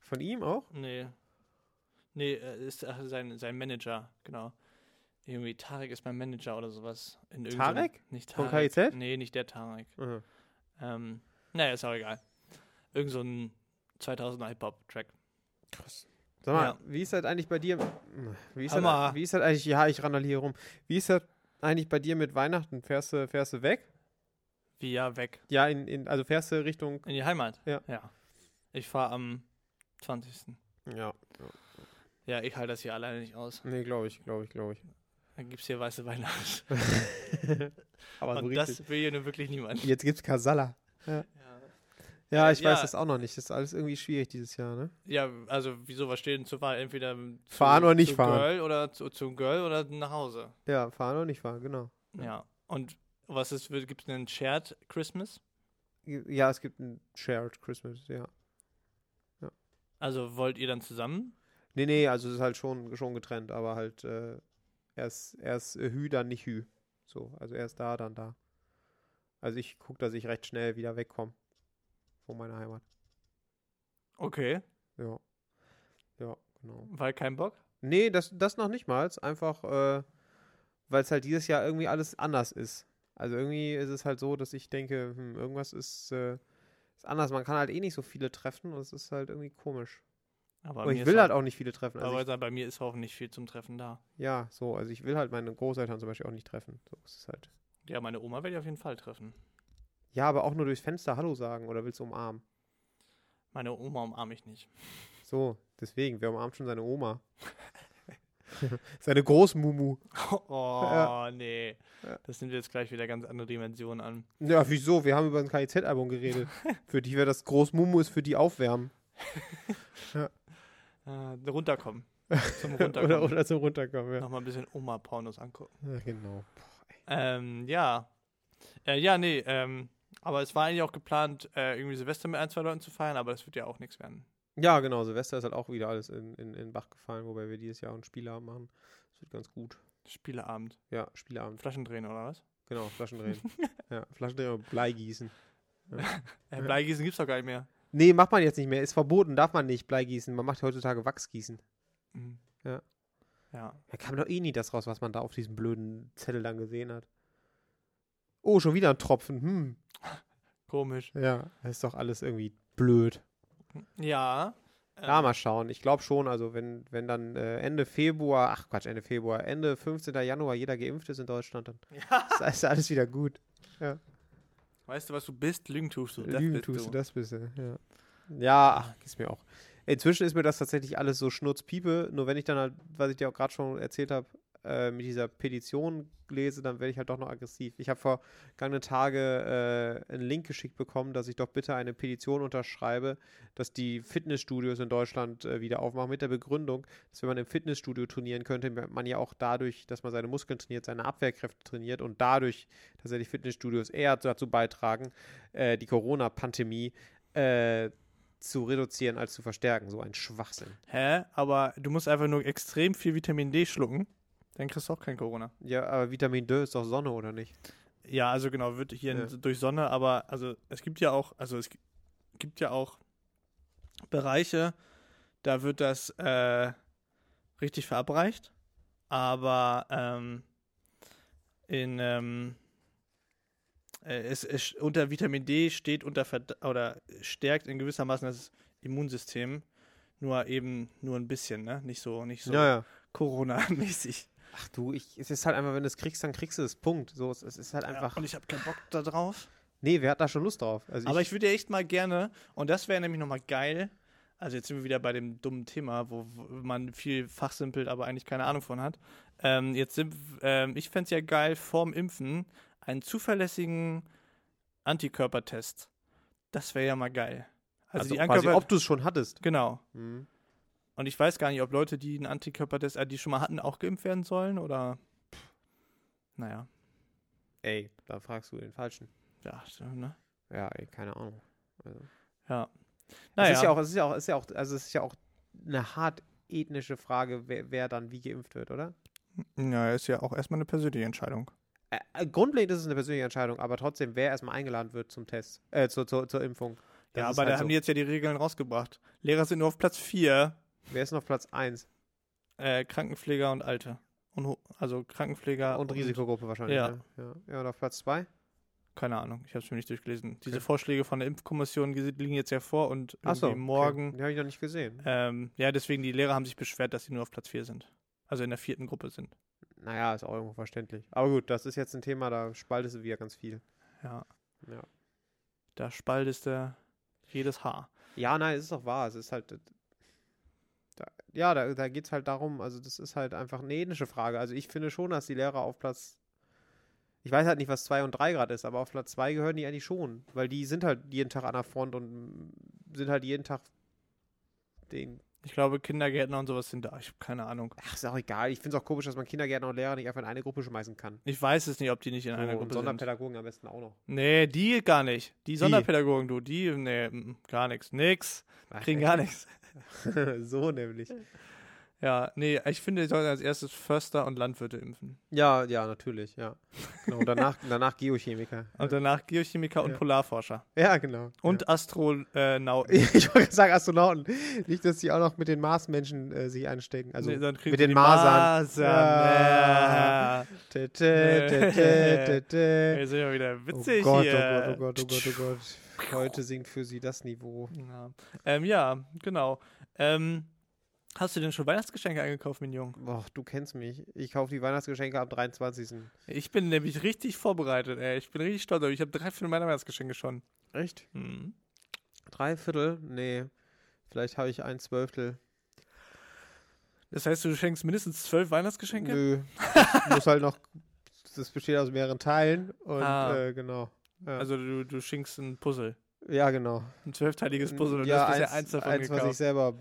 [SPEAKER 2] Von ihm auch?
[SPEAKER 1] nee, nee, äh, ist ach, sein, sein Manager, genau. Irgendwie Tarek ist mein Manager oder sowas. In irgendeinem-
[SPEAKER 2] Tarek?
[SPEAKER 1] Nicht
[SPEAKER 2] Von
[SPEAKER 1] Tarek.
[SPEAKER 2] KIZ?
[SPEAKER 1] Nee, nicht der Tarek.
[SPEAKER 2] Mhm.
[SPEAKER 1] Ähm, naja, ist auch egal. Irgend so ein 2000er Hip-Hop-Track.
[SPEAKER 2] Krass. Sag mal,
[SPEAKER 1] Ja.
[SPEAKER 2] wie ist das eigentlich bei dir? Wie ist,
[SPEAKER 1] Hammer.
[SPEAKER 2] das, wie ist das eigentlich? Ja, ich randaliere hier rum. Wie ist das eigentlich bei dir mit Weihnachten? Fährst du, fährst du weg?
[SPEAKER 1] Wie ja, weg.
[SPEAKER 2] Ja, in, in, also fährst du Richtung.
[SPEAKER 1] In die Heimat?
[SPEAKER 2] Ja.
[SPEAKER 1] Ich fahre am 20.
[SPEAKER 2] Ja.
[SPEAKER 1] Ja, ich halte das hier alleine nicht aus.
[SPEAKER 2] Nee, glaube ich, glaube ich, glaube ich.
[SPEAKER 1] Dann gibt es hier weiße Weihnachten.
[SPEAKER 2] Aber so
[SPEAKER 1] Und
[SPEAKER 2] richtig.
[SPEAKER 1] das will hier nun wirklich niemand.
[SPEAKER 2] Jetzt gibt's Kasala.
[SPEAKER 1] Ja.
[SPEAKER 2] Ja, ich
[SPEAKER 1] Ja.
[SPEAKER 2] weiß das auch noch nicht. Das ist alles irgendwie schwierig dieses Jahr, ne?
[SPEAKER 1] Ja, also wieso, was steht denn zur Wahl? Entweder zu,
[SPEAKER 2] Fahren oder nicht
[SPEAKER 1] zu
[SPEAKER 2] fahren.
[SPEAKER 1] Girl oder zu, zu Girl oder nach Hause.
[SPEAKER 2] Ja, fahren oder nicht fahren, genau.
[SPEAKER 1] Ja. Und was ist, gibt es einen Shared Christmas?
[SPEAKER 2] Ja, es gibt ein Shared Christmas, ja.
[SPEAKER 1] Also wollt ihr dann zusammen?
[SPEAKER 2] Nee, nee, also es ist halt schon, schon getrennt, aber halt äh, erst, erst äh, Hü, dann nicht Hü. So, also erst da, dann da. Also ich gucke, dass ich recht schnell wieder wegkomme von meiner Heimat.
[SPEAKER 1] Okay,
[SPEAKER 2] Ja. Ja, genau.
[SPEAKER 1] weil kein Bock.
[SPEAKER 2] Nee, das, das noch nicht mal. Einfach, äh, weil es halt dieses Jahr irgendwie alles anders ist. Also irgendwie ist es halt so, dass ich denke, hm, irgendwas ist, äh, ist anders. Man kann halt eh nicht so viele treffen und es ist halt irgendwie komisch.
[SPEAKER 1] Aber
[SPEAKER 2] Und
[SPEAKER 1] mir
[SPEAKER 2] ich
[SPEAKER 1] ist
[SPEAKER 2] will
[SPEAKER 1] ho-
[SPEAKER 2] halt auch nicht viele treffen. Also
[SPEAKER 1] aber
[SPEAKER 2] ich,
[SPEAKER 1] bei mir ist hoffentlich viel zum Treffen da.
[SPEAKER 2] ja, so. Also ich will halt meine Großeltern zum Beispiel auch nicht treffen. So ist es halt.
[SPEAKER 1] Ja, meine Oma werde ich auf jeden Fall treffen.
[SPEAKER 2] Ja, aber auch nur durchs Fenster Hallo sagen oder willst du umarmen?
[SPEAKER 1] Meine Oma umarme ich nicht.
[SPEAKER 2] So, deswegen, wer umarmt schon seine Oma? seine Großmumu.
[SPEAKER 1] Oh,
[SPEAKER 2] Ja.
[SPEAKER 1] nee.
[SPEAKER 2] Ja.
[SPEAKER 1] Das nimmt jetzt gleich wieder ganz andere Dimensionen an.
[SPEAKER 2] Ja, wieso? Wir haben über ein KIZ-Album geredet. für die wäre das Großmumu ist für die Aufwärmen.
[SPEAKER 1] Äh, runterkommen. Zum Runterkommen.
[SPEAKER 2] oder, oder zum Runterkommen, ja.
[SPEAKER 1] Nochmal ein bisschen Oma-Pornos angucken.
[SPEAKER 2] ja genau.
[SPEAKER 1] Ähm, ja. Äh, ja, nee. Ähm, aber es war eigentlich auch geplant, äh, irgendwie Silvester mit ein, zwei Leuten zu feiern, aber das wird ja auch nichts werden.
[SPEAKER 2] Ja, genau. Silvester ist halt auch wieder alles in, in, in Bach gefallen, wobei wir dieses Jahr auch einen Spieleabend machen. Das wird ganz gut.
[SPEAKER 1] Spieleabend.
[SPEAKER 2] Ja, Spieleabend.
[SPEAKER 1] Flaschendrehen oder was?
[SPEAKER 2] Genau, Flaschendrehen. ja, Flaschendrehen und Bleigießen.
[SPEAKER 1] Äh,
[SPEAKER 2] Ja.
[SPEAKER 1] Bleigießen gibt's doch gar nicht mehr.
[SPEAKER 2] Nee, macht man jetzt nicht mehr. Ist verboten, darf man nicht Bleigießen. Man macht heutzutage Wachsgießen.
[SPEAKER 1] Mhm.
[SPEAKER 2] Ja.
[SPEAKER 1] Ja.
[SPEAKER 2] Da kam doch eh nie das raus, was man da auf diesem blöden Zettel dann gesehen hat. Oh, schon wieder ein Tropfen. Hm.
[SPEAKER 1] Komisch.
[SPEAKER 2] Ja, das ist doch alles irgendwie blöd.
[SPEAKER 1] Ja.
[SPEAKER 2] Ja, mal schauen. Ich glaube schon, also wenn, wenn dann äh, Ende Februar, ach Quatsch, Ende Februar, Ende 15. Januar jeder geimpft ist in Deutschland, dann
[SPEAKER 1] Ja.
[SPEAKER 2] ist alles- alles wieder gut.
[SPEAKER 1] Weißt du, was du bist? Lügen tust du. Das
[SPEAKER 2] Lügen
[SPEAKER 1] bist
[SPEAKER 2] tust du das bist du, ja. Ja, ach, gieß mir auch. Inzwischen ist mir das tatsächlich alles so Schnurzpiepe, nur wenn ich dann halt, was ich dir auch gerade schon erzählt habe, äh, mit dieser Petition lese, dann werde ich halt doch noch aggressiv. Ich habe vergangene Tage äh, einen Link geschickt bekommen, dass ich doch bitte eine Petition unterschreibe, dass die Fitnessstudios in Deutschland äh, wieder aufmachen, mit der Begründung, dass wenn man im Fitnessstudio trainieren könnte, man ja auch dadurch, dass man seine Muskeln trainiert, seine Abwehrkräfte trainiert und dadurch tatsächlich Fitnessstudios eher dazu beitragen, äh, die Corona-Pandemie äh, zu reduzieren als zu verstärken. So ein Schwachsinn.
[SPEAKER 1] Hä? Aber du musst einfach nur extrem viel Vitamin D schlucken. Dann kriegst du auch kein Corona.
[SPEAKER 2] Ja, aber Vitamin D ist doch Sonne, oder nicht?
[SPEAKER 1] Ja, also genau, wird hier
[SPEAKER 2] Ja.
[SPEAKER 1] in, durch Sonne, aber also es gibt ja auch, also es gi- gibt ja auch Bereiche, da wird das äh, richtig verabreicht, aber ähm, in ähm, äh, es, es unter Vitamin D steht unter Verd oder stärkt in gewissermaßen das Immunsystem, nur eben nur ein bisschen, ne? Nicht so, nicht so
[SPEAKER 2] ja.
[SPEAKER 1] Corona-mäßig.
[SPEAKER 2] Ach du, ich, es ist halt einfach, wenn du es kriegst, dann kriegst du es. Punkt. So, es, es ist halt einfach.
[SPEAKER 1] Ja, und ich habe keinen Bock da drauf.
[SPEAKER 2] nee, wer hat da schon Lust drauf? Also
[SPEAKER 1] Aber ich würde echt mal gerne, und das wäre nämlich nochmal geil, also jetzt sind wir wieder bei dem dummen Thema, wo wo man viel fachsimpelt, aber eigentlich keine Ahnung von hat. Ähm, jetzt sind, ähm, ich fände es ja geil, vorm Impfen einen zuverlässigen Antikörpertest. Das wäre ja mal geil. Also,
[SPEAKER 2] also
[SPEAKER 1] die
[SPEAKER 2] quasi,
[SPEAKER 1] Antikörper.
[SPEAKER 2] ob du es schon hattest.
[SPEAKER 1] genau.
[SPEAKER 2] Hm.
[SPEAKER 1] Und ich weiß gar nicht, ob Leute, die einen Antikörpertest, äh, die schon mal hatten, auch geimpft werden sollen oder. Pff. Naja,
[SPEAKER 2] Ey, da fragst du den Falschen.
[SPEAKER 1] ja, so, ne?
[SPEAKER 2] Ja, ey, keine Ahnung. Also.
[SPEAKER 1] Ja.
[SPEAKER 2] Es ist
[SPEAKER 1] Naja,
[SPEAKER 2] ja auch, es ist ja auch, es ist ja auch, also es ist ja auch eine hart ethnische Frage, wer, wer dann wie geimpft wird, oder?
[SPEAKER 1] ja, ist ja auch erstmal eine persönliche Entscheidung.
[SPEAKER 2] Äh, äh, grundlegend ist es eine persönliche Entscheidung, aber trotzdem, wer erstmal eingeladen wird zum Test, äh, zur, zur, zur Impfung. Das
[SPEAKER 1] Ja,
[SPEAKER 2] ist
[SPEAKER 1] aber da
[SPEAKER 2] halt
[SPEAKER 1] haben
[SPEAKER 2] so.
[SPEAKER 1] die jetzt ja die Regeln rausgebracht. Lehrer sind nur auf Platz 4,
[SPEAKER 2] Wer ist noch Platz 1?
[SPEAKER 1] äh, Krankenpfleger und Alte. Und, ho- also Krankenpfleger
[SPEAKER 2] und Risikogruppe wahrscheinlich.
[SPEAKER 1] ja.
[SPEAKER 2] ne? ja. ja und auf Platz 2?
[SPEAKER 1] Keine Ahnung, ich habe es mir nicht durchgelesen. Diese
[SPEAKER 2] Okay.
[SPEAKER 1] Vorschläge von der Impfkommission ges- liegen jetzt ja vor und
[SPEAKER 2] Achso.
[SPEAKER 1] irgendwie morgen.
[SPEAKER 2] Okay. Die habe ich noch nicht gesehen.
[SPEAKER 1] Ähm, ja, deswegen, die Lehrer haben sich beschwert, dass sie nur auf Platz 4 sind. Also in der vierten Gruppe sind.
[SPEAKER 2] Naja, ist auch irgendwo verständlich. Aber gut, das ist jetzt ein Thema, da spaltest du wieder ganz viel.
[SPEAKER 1] Ja.
[SPEAKER 2] Ja.
[SPEAKER 1] Da spaltest du jedes Haar.
[SPEAKER 2] Ja, nein, es ist doch wahr. Es ist halt. äh, Da, ja, da, da geht es halt darum, also das ist halt einfach eine ethnische Frage. Also ich finde schon, dass die Lehrer auf Platz. Ich weiß halt nicht, was 2 und 3 gerade ist, aber auf Platz 2 gehören die eigentlich schon, weil die sind halt jeden Tag an der Front und sind halt jeden Tag den.
[SPEAKER 1] Ich glaube, Kindergärtner und sowas sind da. Ich habe keine Ahnung.
[SPEAKER 2] Ach, ist auch egal. Ich finde es auch komisch, dass man Kindergärtner und Lehrer nicht einfach in eine Gruppe schmeißen kann.
[SPEAKER 1] Ich weiß es nicht, ob die nicht in
[SPEAKER 2] So,
[SPEAKER 1] einer
[SPEAKER 2] und
[SPEAKER 1] Gruppe sind.
[SPEAKER 2] Sonderpädagogen am besten auch noch.
[SPEAKER 1] Nee, die gar nicht. Die Sonderpädagogen, du, die, nee, mm, gar nichts. Nix.
[SPEAKER 2] Ach,
[SPEAKER 1] Kriegen gar nichts.
[SPEAKER 2] so nämlich.
[SPEAKER 1] Ja, nee, ich finde, die sollten als erstes Förster und Landwirte impfen.
[SPEAKER 2] Ja, ja, natürlich, ja. Genau, und danach, danach Geochemiker.
[SPEAKER 1] Und danach Geochemiker und
[SPEAKER 2] Ja.
[SPEAKER 1] Polarforscher.
[SPEAKER 2] Ja, genau.
[SPEAKER 1] Und äh, Astronauten.
[SPEAKER 2] Ja. Ich wollte sagen Astronauten. Nicht, dass die auch noch mit den Marsmenschen äh, sich anstecken. Also
[SPEAKER 1] Nee, dann kriegen
[SPEAKER 2] mit
[SPEAKER 1] sie
[SPEAKER 2] den
[SPEAKER 1] die
[SPEAKER 2] Masern.
[SPEAKER 1] Masern.
[SPEAKER 2] Ja.
[SPEAKER 1] Ja.
[SPEAKER 2] Tä, tä, tä, tä, tä, tä.
[SPEAKER 1] Wir sind ja wieder
[SPEAKER 2] Oh
[SPEAKER 1] Äh, witzig
[SPEAKER 2] Gott, oh Gott,
[SPEAKER 1] hier.
[SPEAKER 2] oh Gott, oh Gott, oh Gott. Heute sinkt für sie das Niveau.
[SPEAKER 1] Ja, ähm, ja genau. Ähm, hast du denn schon Weihnachtsgeschenke eingekauft, mein Junge?
[SPEAKER 2] Och, du kennst mich. Ich kaufe die Weihnachtsgeschenke am 23.
[SPEAKER 1] Ich bin nämlich richtig vorbereitet, ey. Ich bin richtig stolz. auf mich. Ich habe drei, vier meiner Weihnachtsgeschenke schon.
[SPEAKER 2] Echt?
[SPEAKER 1] Hm.
[SPEAKER 2] Drei Viertel? Nee. Vielleicht habe ich ein Zwölftel.
[SPEAKER 1] Das heißt, du schenkst mindestens zwölf Weihnachtsgeschenke?
[SPEAKER 2] Nö. Ich muss halt noch. Das besteht aus mehreren Teilen. Und
[SPEAKER 1] Ah.
[SPEAKER 2] äh, genau. Ja.
[SPEAKER 1] Also du, du schenkst ein Puzzle.
[SPEAKER 2] ja, genau.
[SPEAKER 1] Ein zwölfteiliges Puzzle und
[SPEAKER 2] ja,
[SPEAKER 1] hast bisher
[SPEAKER 2] eins,
[SPEAKER 1] eins davon
[SPEAKER 2] eins was ich
[SPEAKER 1] gekauft.
[SPEAKER 2] selber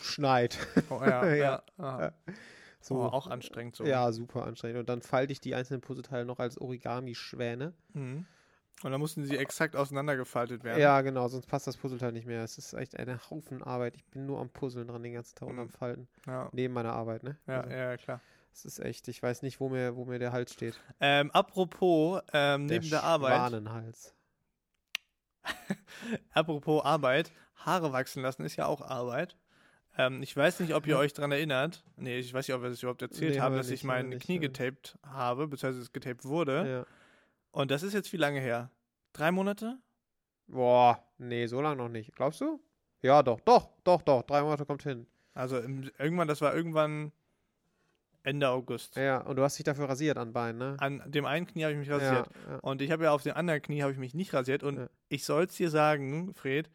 [SPEAKER 2] schneid.
[SPEAKER 1] oh, ja, ja,
[SPEAKER 2] ja,
[SPEAKER 1] ah.
[SPEAKER 2] ja, So.
[SPEAKER 1] Oh, auch anstrengend so.
[SPEAKER 2] Ja, super anstrengend. Und dann falte ich die einzelnen Puzzleteile noch als Origami-Schwäne.
[SPEAKER 1] Mhm. Und dann mussten sie exakt auseinandergefaltet
[SPEAKER 2] Ja.
[SPEAKER 1] werden.
[SPEAKER 2] genau, sonst passt das Puzzleteil nicht mehr. Es ist echt eine Haufen Arbeit. Ich bin nur am Puzzeln dran den ganzen Tag und
[SPEAKER 1] Mhm.
[SPEAKER 2] am Falten.
[SPEAKER 1] Ja,
[SPEAKER 2] Neben meiner Arbeit, ne?
[SPEAKER 1] ja,
[SPEAKER 2] Also,
[SPEAKER 1] ja klar.
[SPEAKER 2] Es ist echt, ich weiß nicht, wo mir, wo mir der Hals steht.
[SPEAKER 1] Ähm, apropos ähm, neben der Arbeit,
[SPEAKER 2] Schwanenhals.
[SPEAKER 1] apropos Arbeit, Haare wachsen lassen ist ja auch Arbeit. Ähm, ich weiß nicht, ob ihr euch daran erinnert. Nee, ich weiß nicht, ob wir das überhaupt erzählt
[SPEAKER 2] Nee, haben
[SPEAKER 1] haben,
[SPEAKER 2] wir
[SPEAKER 1] dass
[SPEAKER 2] nicht,
[SPEAKER 1] ich
[SPEAKER 2] haben wir
[SPEAKER 1] mein
[SPEAKER 2] nicht,
[SPEAKER 1] Knie
[SPEAKER 2] ja.
[SPEAKER 1] getaped habe, beziehungsweise es getaped wurde.
[SPEAKER 2] Ja.
[SPEAKER 1] Und das ist jetzt wie lange her? Drei Monate?
[SPEAKER 2] Boah, nee, so lange noch nicht. Glaubst du? Ja, doch, doch, doch, doch. Drei Monate kommt hin.
[SPEAKER 1] Also im, irgendwann, das war irgendwann Ende August.
[SPEAKER 2] Ja, und du hast dich dafür rasiert an Beinen, ne?
[SPEAKER 1] An dem einen Knie habe ich mich rasiert.
[SPEAKER 2] Ja, ja.
[SPEAKER 1] Und ich habe ja auf dem anderen Knie habe ich mich nicht rasiert. Und
[SPEAKER 2] Ja.
[SPEAKER 1] ich soll es dir sagen, Fred,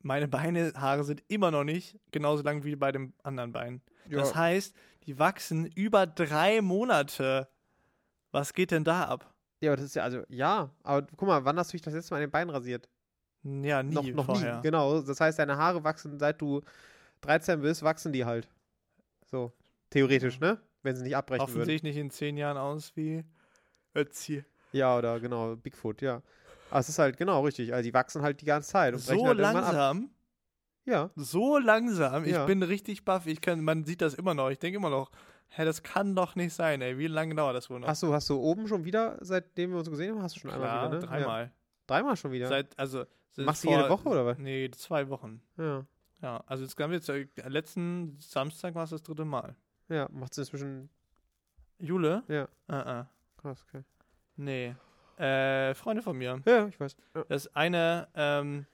[SPEAKER 1] meine Beinehaare sind immer noch nicht genauso lang wie bei dem anderen Bein. Das
[SPEAKER 2] ja.
[SPEAKER 1] heißt, die wachsen über drei Monate. Was geht denn da ab?
[SPEAKER 2] ja, aber das ist ja, also, ja. Aber guck mal, wann hast du dich das letzte Mal an den Beinen rasiert?
[SPEAKER 1] Ja, nie
[SPEAKER 2] noch, noch
[SPEAKER 1] vorher.
[SPEAKER 2] nie, genau. Das heißt, deine Haare wachsen, seit du 13 bist, wachsen die halt. So, theoretisch, ne? Wenn sie nicht abbrechen
[SPEAKER 1] Hoffentlich
[SPEAKER 2] würden.
[SPEAKER 1] nicht in zehn Jahren aus wie Ötzi.
[SPEAKER 2] Ja, oder genau, Bigfoot, ja. Aber es ist halt, genau, richtig. Also die wachsen halt die ganze Zeit und brechen
[SPEAKER 1] So
[SPEAKER 2] halt irgendwann ab.
[SPEAKER 1] langsam.
[SPEAKER 2] Ja,
[SPEAKER 1] so langsam. Ich
[SPEAKER 2] Ja.
[SPEAKER 1] bin richtig baff. Ich kann, man sieht das immer noch. Ich denke immer noch, hä, das kann doch nicht sein, ey. Wie lange dauert das wohl noch?
[SPEAKER 2] hast du, hast du oben schon wieder, seitdem wir uns gesehen haben, hast du schon
[SPEAKER 1] Klar,
[SPEAKER 2] einmal wieder, ne? Ja.
[SPEAKER 1] dreimal.
[SPEAKER 2] Dreimal schon wieder?
[SPEAKER 1] Seit, also, seit
[SPEAKER 2] Machst du jede Woche, oder was?
[SPEAKER 1] Nee, zwei Wochen.
[SPEAKER 2] ja.
[SPEAKER 1] Ja, also jetzt haben wir jetzt, äh, letzten Samstag war es das dritte Mal.
[SPEAKER 2] Ja, macht's inzwischen,
[SPEAKER 1] Jule?
[SPEAKER 2] Ja.
[SPEAKER 1] Äh, äh.
[SPEAKER 2] krass, okay.
[SPEAKER 1] Nee. Äh, Freunde von mir.
[SPEAKER 2] Ja, ja, ich weiß. Ja.
[SPEAKER 1] Das eine, ähm,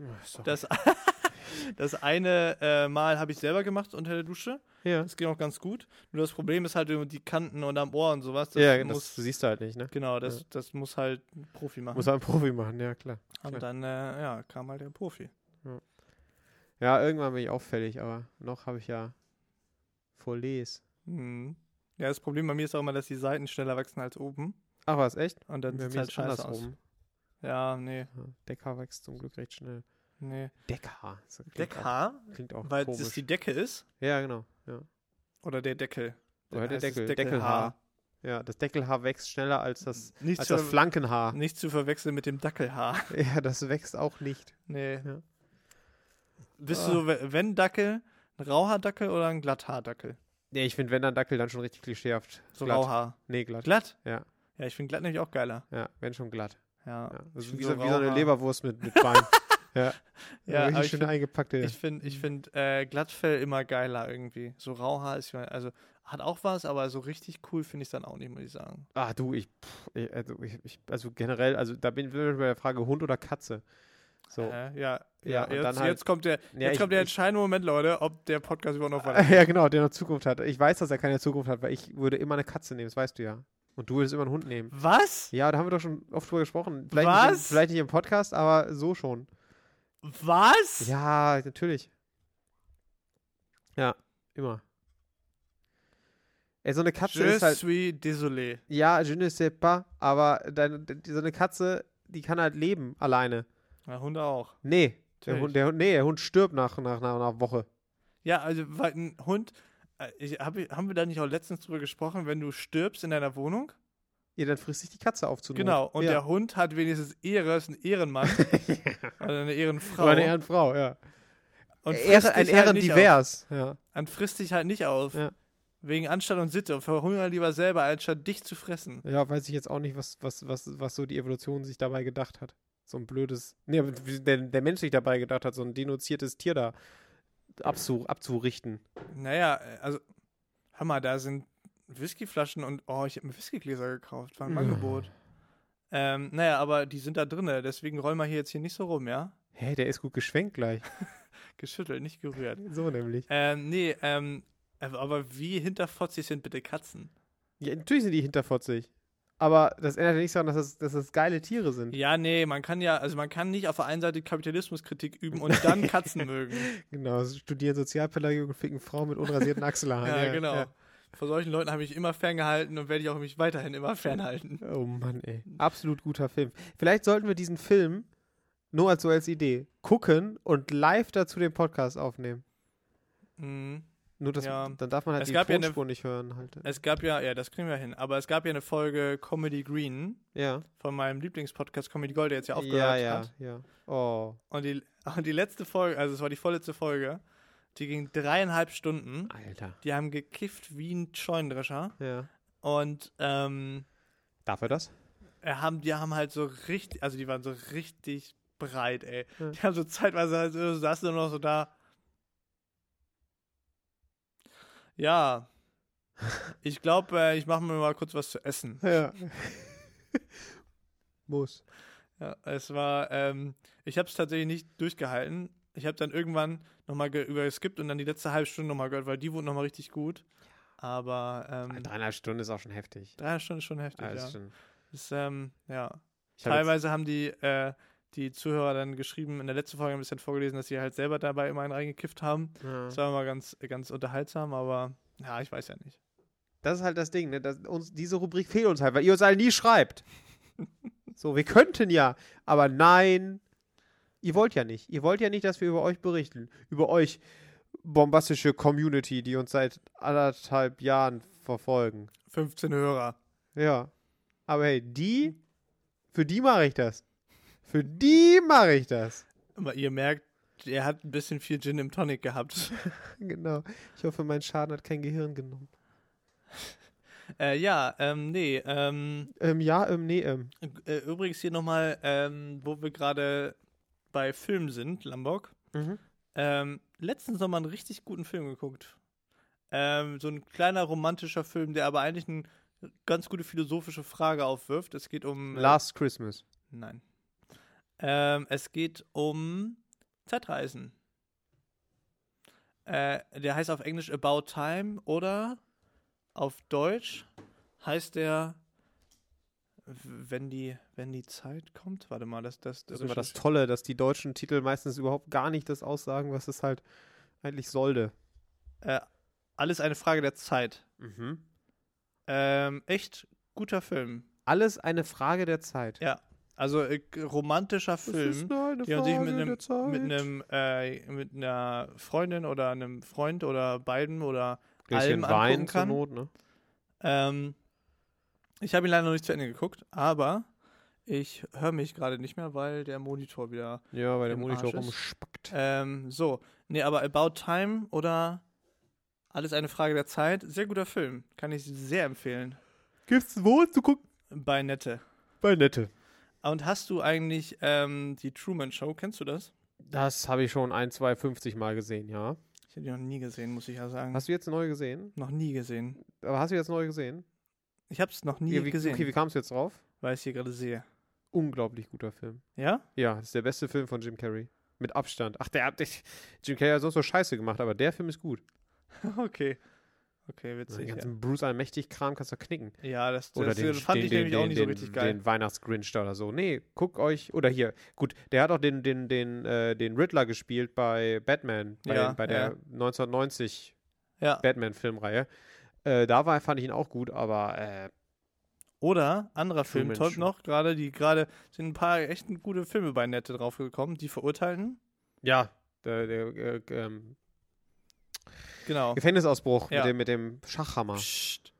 [SPEAKER 2] Ach, sorry.
[SPEAKER 1] das, das eine äh, Mal habe ich selber gemacht unter der Dusche.
[SPEAKER 2] ja.
[SPEAKER 1] Das ging auch ganz gut. Nur das Problem ist halt die Kanten und am Ohr und sowas.
[SPEAKER 2] ja, das siehst du halt nicht, ne?
[SPEAKER 1] Genau, das, das muss halt ein Profi machen.
[SPEAKER 2] Muss halt ein Profi machen, ja, klar.
[SPEAKER 1] und dann äh, ja, kam halt der Profi.
[SPEAKER 2] Ja, irgendwann bin ich auffällig, aber noch habe ich ja Folies.
[SPEAKER 1] Mhm. Ja, das Problem bei mir ist auch immer, dass die Seiten schneller wachsen als oben.
[SPEAKER 2] Ach was, echt?
[SPEAKER 1] Und dann
[SPEAKER 2] Bei
[SPEAKER 1] sieht
[SPEAKER 2] mir
[SPEAKER 1] halt
[SPEAKER 2] ist
[SPEAKER 1] scheiße aus. Ja, nee,
[SPEAKER 2] Ja, Decker wächst zum Glück recht schnell.
[SPEAKER 1] nee.
[SPEAKER 2] Decker. Das klingt
[SPEAKER 1] Deckhaar,
[SPEAKER 2] Auch, klingt halt auch
[SPEAKER 1] weil
[SPEAKER 2] komisch.
[SPEAKER 1] es die Decke ist.
[SPEAKER 2] ja, genau. Ja.
[SPEAKER 1] Oder der Deckel.
[SPEAKER 2] Oder
[SPEAKER 1] Dann
[SPEAKER 2] der
[SPEAKER 1] heißt es
[SPEAKER 2] Deckel.
[SPEAKER 1] Deckelhaar.
[SPEAKER 2] ja, das Deckelhaar wächst schneller als das,
[SPEAKER 1] Nicht,
[SPEAKER 2] als
[SPEAKER 1] zu,
[SPEAKER 2] das Flankenhaar.
[SPEAKER 1] Also nicht zu verwechseln mit dem Dackelhaar.
[SPEAKER 2] Ja, das wächst auch nicht.
[SPEAKER 1] Nee.
[SPEAKER 2] Ja.
[SPEAKER 1] Bist
[SPEAKER 2] Ah.
[SPEAKER 1] du so, we- wenn Dackel, ein Rauhaardackel oder ein Glatthaardackel?
[SPEAKER 2] Nee, ich finde, wenn dann Dackel, dann schon richtig klischeehaft.
[SPEAKER 1] So
[SPEAKER 2] glatt.
[SPEAKER 1] Rauhaar.
[SPEAKER 2] Nee, glatt.
[SPEAKER 1] Glatt?
[SPEAKER 2] Ja.
[SPEAKER 1] Ja, ich finde glatt nämlich auch geiler.
[SPEAKER 2] Ja, wenn schon glatt.
[SPEAKER 1] Ja.
[SPEAKER 2] Ja.
[SPEAKER 1] Ich
[SPEAKER 2] Das ist
[SPEAKER 1] find
[SPEAKER 2] wie
[SPEAKER 1] so
[SPEAKER 2] so, wie so eine
[SPEAKER 1] Rauhaar-
[SPEAKER 2] Leberwurst mit, mit Bein. ja.
[SPEAKER 1] Ja, aber
[SPEAKER 2] richtig
[SPEAKER 1] ich
[SPEAKER 2] schön
[SPEAKER 1] find-
[SPEAKER 2] eingepackte.
[SPEAKER 1] Ich finde ich find, äh, Glattfell immer geiler irgendwie. So Rauhaar ist, ja- also hat auch was, aber so richtig cool finde ich es dann auch nicht, muss ich sagen.
[SPEAKER 2] Ah, du, ich, pff, ich, also, ich, ich, also generell, also da bin ich bei der Frage Hund oder Katze. So.
[SPEAKER 1] Äh, ja,
[SPEAKER 2] Ja,
[SPEAKER 1] ja,
[SPEAKER 2] und
[SPEAKER 1] jetzt,
[SPEAKER 2] dann halt-
[SPEAKER 1] jetzt kommt der,
[SPEAKER 2] Ja,
[SPEAKER 1] jetzt
[SPEAKER 2] ich-
[SPEAKER 1] kommt der
[SPEAKER 2] ich-
[SPEAKER 1] entscheidende Moment, Leute, ob der Podcast überhaupt noch weiter.
[SPEAKER 2] Ja, genau, der noch Zukunft hat. Ich weiß, dass er keine Zukunft hat, weil ich würde immer eine Katze nehmen, das weißt du ja. Und du würdest immer einen Hund nehmen.
[SPEAKER 1] Was?
[SPEAKER 2] Ja, da haben wir doch schon oft drüber gesprochen. Vielleicht, Nicht, im,
[SPEAKER 1] Was?
[SPEAKER 2] vielleicht nicht im Podcast, aber so schon.
[SPEAKER 1] Was?
[SPEAKER 2] Ja, natürlich. Ja, immer. Ey, so eine Katze
[SPEAKER 1] Je
[SPEAKER 2] ist halt.
[SPEAKER 1] suis désolé.
[SPEAKER 2] Ja, je ne sais pas, aber deine, die- so eine Katze, die kann halt leben alleine.
[SPEAKER 1] Ja, Hunde auch.
[SPEAKER 2] Nee. Der
[SPEAKER 1] Natürlich.
[SPEAKER 2] Hund, der, Hund- nee, der Hund stirbt nach, nach, nach einer Woche.
[SPEAKER 1] Ja, also weil ein Hund, äh, ich, hab, ich- haben wir da nicht auch letztens drüber gesprochen, wenn du stirbst in deiner Wohnung?
[SPEAKER 2] Ja, dann frisst sich die Katze auf zu Not.
[SPEAKER 1] Genau, und
[SPEAKER 2] ja.
[SPEAKER 1] der Hund hat wenigstens Ehre, ist ein Ehrenmann oder eine Ehrenfrau.
[SPEAKER 2] Oder eine Ehrenfrau, ja.
[SPEAKER 1] und frisst
[SPEAKER 2] Ehre, ein
[SPEAKER 1] dich halt nicht auf.
[SPEAKER 2] Ehrendivers. ja.
[SPEAKER 1] Und frisst dich halt nicht auf.
[SPEAKER 2] Ja.
[SPEAKER 1] Wegen Anstand und Sitte. Verhungern lieber selber, anstatt dich zu fressen.
[SPEAKER 2] ja, weiß ich jetzt auch nicht, was, was, was, was so die Evolution sich dabei gedacht hat. So ein blödes. Nee, aber wie der, der Mensch sich dabei gedacht hat, so ein denoziertes Tier da abzu, abzurichten.
[SPEAKER 1] Naja, äh, also, hör mal, da sind Whiskyflaschen und, oh, ich habe mir Whiskygläser gekauft, war im
[SPEAKER 2] Ja.
[SPEAKER 1] Angebot. Ähm, naja, aber die sind da drinne, deswegen rollen wir hier jetzt hier nicht so rum, ja?
[SPEAKER 2] Hey, der ist gut geschwenkt gleich.
[SPEAKER 1] Geschüttelt, nicht gerührt.
[SPEAKER 2] So nämlich.
[SPEAKER 1] Ähm, nee, ähm, aber wie hinterfotzig sind bitte Katzen?
[SPEAKER 2] Ja, natürlich sind die hinterfotzig. Aber das ändert ja nichts daran, dass das, dass das geile Tiere sind.
[SPEAKER 1] Ja, nee, man kann ja, also man kann nicht auf der einen Seite Kapitalismuskritik üben und dann Katzen mögen.
[SPEAKER 2] Genau, studieren Sozialpädagogik und ficken Frauen mit unrasierten Achselhaaren.
[SPEAKER 1] Ja, genau.
[SPEAKER 2] ja.
[SPEAKER 1] Vor solchen Leuten habe ich mich immer ferngehalten und werde ich auch mich weiterhin immer fernhalten.
[SPEAKER 2] Oh Mann, ey. Absolut guter Film. Vielleicht sollten wir diesen Film nur als so als Idee gucken und live dazu den Podcast aufnehmen.
[SPEAKER 1] Mhm.
[SPEAKER 2] Nur das,
[SPEAKER 1] Ja.
[SPEAKER 2] dann darf man halt
[SPEAKER 1] Es
[SPEAKER 2] die
[SPEAKER 1] gab ja eine-
[SPEAKER 2] Tonspur nicht hören halt.
[SPEAKER 1] Es gab ja, ja, das kriegen wir hin, aber es gab ja eine Folge Comedy Green
[SPEAKER 2] Ja.
[SPEAKER 1] von meinem Lieblingspodcast Comedy Gold, der jetzt ja aufgehört
[SPEAKER 2] Ja, ja,
[SPEAKER 1] hat.
[SPEAKER 2] ja. Oh,
[SPEAKER 1] Und die, und die letzte Folge, also es war die vorletzte Folge, die ging dreieinhalb Stunden.
[SPEAKER 2] Alter.
[SPEAKER 1] Die haben gekifft wie ein Scheunendrescher
[SPEAKER 2] Ja.
[SPEAKER 1] und ähm,
[SPEAKER 2] Darf er das?
[SPEAKER 1] äh, haben, die haben halt so richtig, also die waren so richtig breit, ey.
[SPEAKER 2] Ja.
[SPEAKER 1] Die haben so zeitweise halt, so- saßen nur noch so da. Ja. Ich glaube, äh, ich mache mir mal kurz was zu essen.
[SPEAKER 2] Ja. Muss.
[SPEAKER 1] Ja, es war, ähm, ich habe es tatsächlich nicht durchgehalten. Ich habe dann irgendwann nochmal übergeskippt und dann die letzte halbe Stunde nochmal gehört, weil die wurde nochmal richtig gut. Aber ähm,
[SPEAKER 2] Dreieinhalb Stunden ist auch schon heftig.
[SPEAKER 1] drei Stunden ist schon heftig,
[SPEAKER 2] Ah, das
[SPEAKER 1] ja.
[SPEAKER 2] ist schon-
[SPEAKER 1] Ist, ähm, ja.
[SPEAKER 2] Ich hab jetzt-
[SPEAKER 1] Teilweise haben die, äh, die Zuhörer dann geschrieben, in der letzten Folge ein bisschen vorgelesen, dass sie halt selber dabei immer einen reingekifft haben.
[SPEAKER 2] Ja.
[SPEAKER 1] Das war immer ganz, ganz unterhaltsam, aber ja, ich weiß ja nicht.
[SPEAKER 2] Das ist halt das Ding, ne? dass uns, diese Rubrik fehlt uns halt, weil ihr uns alle nie schreibt. so, wir könnten ja, aber nein. Ihr wollt ja nicht. Ihr wollt ja nicht, dass wir über euch berichten. Über euch bombastische Community, die uns seit anderthalb Jahren verfolgen.
[SPEAKER 1] 15 Hörer.
[SPEAKER 2] Ja. Aber hey, die, für die mache ich das. Für die mache ich das.
[SPEAKER 1] Aber ihr merkt, er hat ein bisschen viel Gin im Tonic gehabt.
[SPEAKER 2] Genau. Ich hoffe, mein Schaden hat kein Gehirn genommen.
[SPEAKER 1] äh, ja, ähm, nee. Ähm,
[SPEAKER 2] Ähm, ja, ähm, nee, ähm.
[SPEAKER 1] äh, übrigens hier nochmal, ähm, wo wir gerade bei Filmen sind, Lambok.
[SPEAKER 2] Mhm.
[SPEAKER 1] Ähm, letztens noch mal einen richtig guten Film geguckt. Ähm, so ein kleiner romantischer Film, der aber eigentlich eine ganz gute philosophische Frage aufwirft. Es geht um. äh,
[SPEAKER 2] Last Christmas.
[SPEAKER 1] Nein. Ähm, es geht um Zeitreisen. Äh, der heißt auf Englisch About Time oder auf Deutsch heißt der Wenn die, wenn die Zeit kommt. Warte mal, das, das,
[SPEAKER 2] Das ist immer Also das Tolle, dass die deutschen Titel meistens überhaupt gar nicht das aussagen, was es halt eigentlich sollte.
[SPEAKER 1] äh, alles eine Frage der Zeit.
[SPEAKER 2] Mhm.
[SPEAKER 1] Ähm, echt guter Film.
[SPEAKER 2] Alles eine Frage der Zeit.
[SPEAKER 1] Ja. Also äh, g- romantischer Film,
[SPEAKER 2] nur eine
[SPEAKER 1] die man sich mit
[SPEAKER 2] Frage
[SPEAKER 1] einem
[SPEAKER 2] der Zeit.
[SPEAKER 1] mit einem äh, mit einer Freundin oder einem Freund oder beiden oder Alm
[SPEAKER 2] Gläschen
[SPEAKER 1] angucken
[SPEAKER 2] Wein zur
[SPEAKER 1] kann.
[SPEAKER 2] Not, ne?
[SPEAKER 1] ähm, ich habe ihn leider noch nicht zu Ende geguckt, aber ich höre mich gerade nicht mehr, weil der Monitor wieder
[SPEAKER 2] Ja, weil der
[SPEAKER 1] Im
[SPEAKER 2] Monitor
[SPEAKER 1] Arsch ist.
[SPEAKER 2] rumspackt.
[SPEAKER 1] ähm, so. Nee, aber About Time oder Alles eine Frage der Zeit, sehr guter Film, kann ich sehr empfehlen
[SPEAKER 2] Gibt's wo zu gucken?
[SPEAKER 1] bei Nette.
[SPEAKER 2] Bei Nette.
[SPEAKER 1] Und hast du eigentlich ähm, die Truman Show, kennst du das?
[SPEAKER 2] Das habe ich schon ein, zwei, 50 Mal gesehen, ja.
[SPEAKER 1] Ich habe die noch nie gesehen, muss ich ja sagen.
[SPEAKER 2] Hast du jetzt neu gesehen?
[SPEAKER 1] Noch nie gesehen.
[SPEAKER 2] Aber hast du jetzt neu gesehen?
[SPEAKER 1] Ich habe es noch nie
[SPEAKER 2] Ja, wie,
[SPEAKER 1] gesehen,
[SPEAKER 2] Okay, wie kamst du jetzt drauf?
[SPEAKER 1] weil ich hier gerade sehe.
[SPEAKER 2] Unglaublich guter Film.
[SPEAKER 1] Ja?
[SPEAKER 2] Ja, das ist der beste Film von Jim Carrey. Mit Abstand. Ach, der hat. Jim Carrey hat sonst so Scheiße gemacht, aber der Film ist gut.
[SPEAKER 1] Okay. Okay,
[SPEAKER 2] Den
[SPEAKER 1] witzig. Ja,
[SPEAKER 2] ganzen Bruce allmächtig Kram kannst du knicken.
[SPEAKER 1] ja das, das,
[SPEAKER 2] Oder den,
[SPEAKER 1] fand
[SPEAKER 2] den,
[SPEAKER 1] ich
[SPEAKER 2] den,
[SPEAKER 1] nämlich
[SPEAKER 2] den,
[SPEAKER 1] auch nicht
[SPEAKER 2] den,
[SPEAKER 1] so richtig geil.
[SPEAKER 2] Den Weihnachtsgrinch da oder so. Nee, guck euch. Oder hier, gut, der hat auch den, den, den, äh, den Riddler gespielt bei Batman, bei,
[SPEAKER 1] Ja,
[SPEAKER 2] bei
[SPEAKER 1] ja.
[SPEAKER 2] der 1990
[SPEAKER 1] ja.
[SPEAKER 2] Batman-Filmreihe. Äh, da war, fand ich ihn auch gut, aber äh,
[SPEAKER 1] Oder anderer Film,
[SPEAKER 2] Truman
[SPEAKER 1] toll
[SPEAKER 2] Show.
[SPEAKER 1] noch, gerade die gerade sind ein paar echt gute Filme bei Nette draufgekommen, die verurteilten.
[SPEAKER 2] ja, der, der äh, ähm,
[SPEAKER 1] Genau.
[SPEAKER 2] Gefängnisausbruch
[SPEAKER 1] Ja.
[SPEAKER 2] mit, dem, mit dem Schachhammer.
[SPEAKER 1] Psst.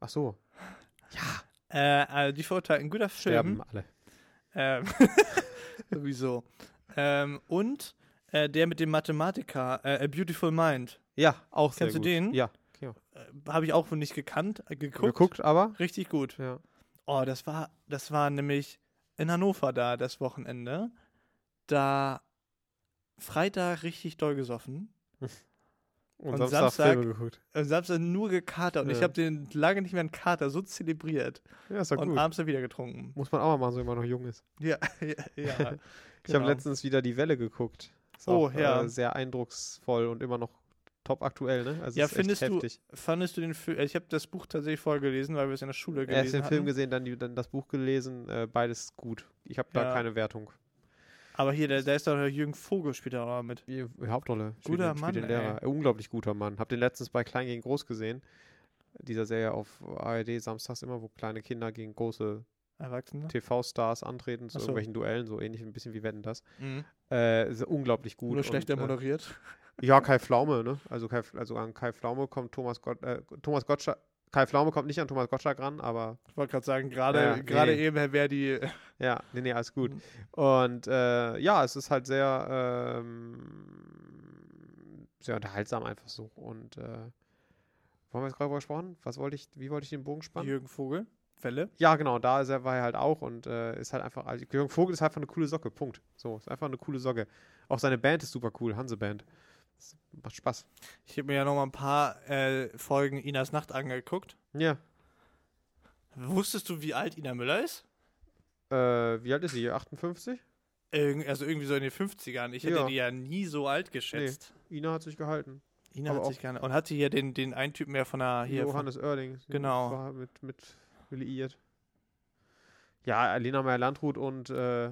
[SPEAKER 2] Ach so,
[SPEAKER 1] Äh, also die verurteilten, guter Film.
[SPEAKER 2] sterben alle.
[SPEAKER 1] Ähm, sowieso. Ähm, und äh, der mit dem Mathematiker, äh, A Beautiful Mind,
[SPEAKER 2] Ja, auch sehr
[SPEAKER 1] Kennst du
[SPEAKER 2] gut.
[SPEAKER 1] den?
[SPEAKER 2] Ja,
[SPEAKER 1] äh, habe ich auch wohl nicht gekannt, äh, geguckt.
[SPEAKER 2] geguckt, aber
[SPEAKER 1] Richtig gut.
[SPEAKER 2] ja.
[SPEAKER 1] Oh, das war, das war nämlich in Hannover da das Wochenende. Da Freitag richtig doll gesoffen.
[SPEAKER 2] Und,
[SPEAKER 1] Und
[SPEAKER 2] Samstag,
[SPEAKER 1] Samstag-
[SPEAKER 2] Filme geguckt.
[SPEAKER 1] Am Samstag Äh, nur gekatert und ich
[SPEAKER 2] Ja.
[SPEAKER 1] habe den lange nicht mehr einen Kater so zelebriert.
[SPEAKER 2] Ja, ist doch
[SPEAKER 1] und
[SPEAKER 2] gut.
[SPEAKER 1] abends dann wieder getrunken.
[SPEAKER 2] Muss man auch mal machen, so wenn man noch jung ist.
[SPEAKER 1] Ja, ja. ja.
[SPEAKER 2] Ich habe
[SPEAKER 1] Genau.
[SPEAKER 2] letztens wieder die Welle geguckt. Ist
[SPEAKER 1] Oh,
[SPEAKER 2] auch,
[SPEAKER 1] ja.
[SPEAKER 2] Äh, sehr eindrucksvoll und immer noch top aktuell, ne? Also
[SPEAKER 1] Ja,
[SPEAKER 2] ist echt
[SPEAKER 1] findest du- äh,
[SPEAKER 2] heftig.
[SPEAKER 1] Fandest du den Film? Ich habe das Buch tatsächlich vorher gelesen, weil wir es in der Schule gelesen
[SPEAKER 2] Erst den Film
[SPEAKER 1] hatten.
[SPEAKER 2] gesehen, dann, die, dann das Buch gelesen, äh, beides gut. Ich habe da
[SPEAKER 1] Ja.
[SPEAKER 2] keine Wertung.
[SPEAKER 1] Aber hier, da, da ist doch der Jürgen Vogel spielt da auch mit.
[SPEAKER 2] Die Hauptrolle. Spielt
[SPEAKER 1] Guter
[SPEAKER 2] den, spielt den
[SPEAKER 1] Mann,
[SPEAKER 2] Lehrer. Äh, Unglaublich guter Mann. Hab den letztens bei Klein gegen Groß gesehen. Dieser Serie auf ARD samstags immer, wo kleine Kinder gegen große
[SPEAKER 1] Erwachsene.
[SPEAKER 2] TV-Stars antreten zu
[SPEAKER 1] Ach so.
[SPEAKER 2] irgendwelchen Duellen, so ähnlich ein bisschen wie Wetten das.
[SPEAKER 1] Mhm.
[SPEAKER 2] Äh, ist unglaublich gut.
[SPEAKER 1] Nur schlechter
[SPEAKER 2] und, äh,
[SPEAKER 1] moderiert.
[SPEAKER 2] Ja, Kai Pflaume, ne? Also, Kai, also an Kai Pflaume kommt Thomas, Gott, äh, Thomas Gottschalk. Kai Pflaume kommt nicht an Thomas Gottschalk ran, aber
[SPEAKER 1] Ich wollte gerade sagen, gerade
[SPEAKER 2] Ja, nee,
[SPEAKER 1] gerade
[SPEAKER 2] nee.
[SPEAKER 1] eben äh, wäre die.
[SPEAKER 2] ja, nee, nee, alles gut.
[SPEAKER 1] Mhm.
[SPEAKER 2] Und äh, ja, es ist halt sehr, ähm, sehr unterhaltsam einfach so. Und äh, wollen wir jetzt gerade drüber gesprochen? Was wollte ich, wie wollte ich den Bogen spannen?
[SPEAKER 1] Jürgen Vogel. Fälle.
[SPEAKER 2] Ja, genau, da ist er, war er halt auch und äh, ist halt einfach, also Jürgen Vogel ist einfach eine coole Socke, Punkt. So, ist einfach eine coole Socke. Auch seine Band ist super cool, Hanse Band. Das macht Spaß.
[SPEAKER 1] Ich habe mir ja noch mal ein paar äh, Folgen Inas Nacht angeguckt.
[SPEAKER 2] Ja.
[SPEAKER 1] Wusstest du, wie alt Ina Müller ist?
[SPEAKER 2] Äh, wie alt ist sie? 58?
[SPEAKER 1] Irgend, also irgendwie so in den 50ern. Ich hätte
[SPEAKER 2] Ja.
[SPEAKER 1] die ja nie so alt geschätzt.
[SPEAKER 2] Ina hat sich gehalten.
[SPEAKER 1] Ina
[SPEAKER 2] Aber
[SPEAKER 1] hat sich gerne. Und hatte hier den, den einen Typen mehr von der. Hier von,
[SPEAKER 2] Johannes Oerding. Sie
[SPEAKER 1] Genau.
[SPEAKER 2] War mit, mit liiert. Ja, Lena Meyer-Landrut und äh,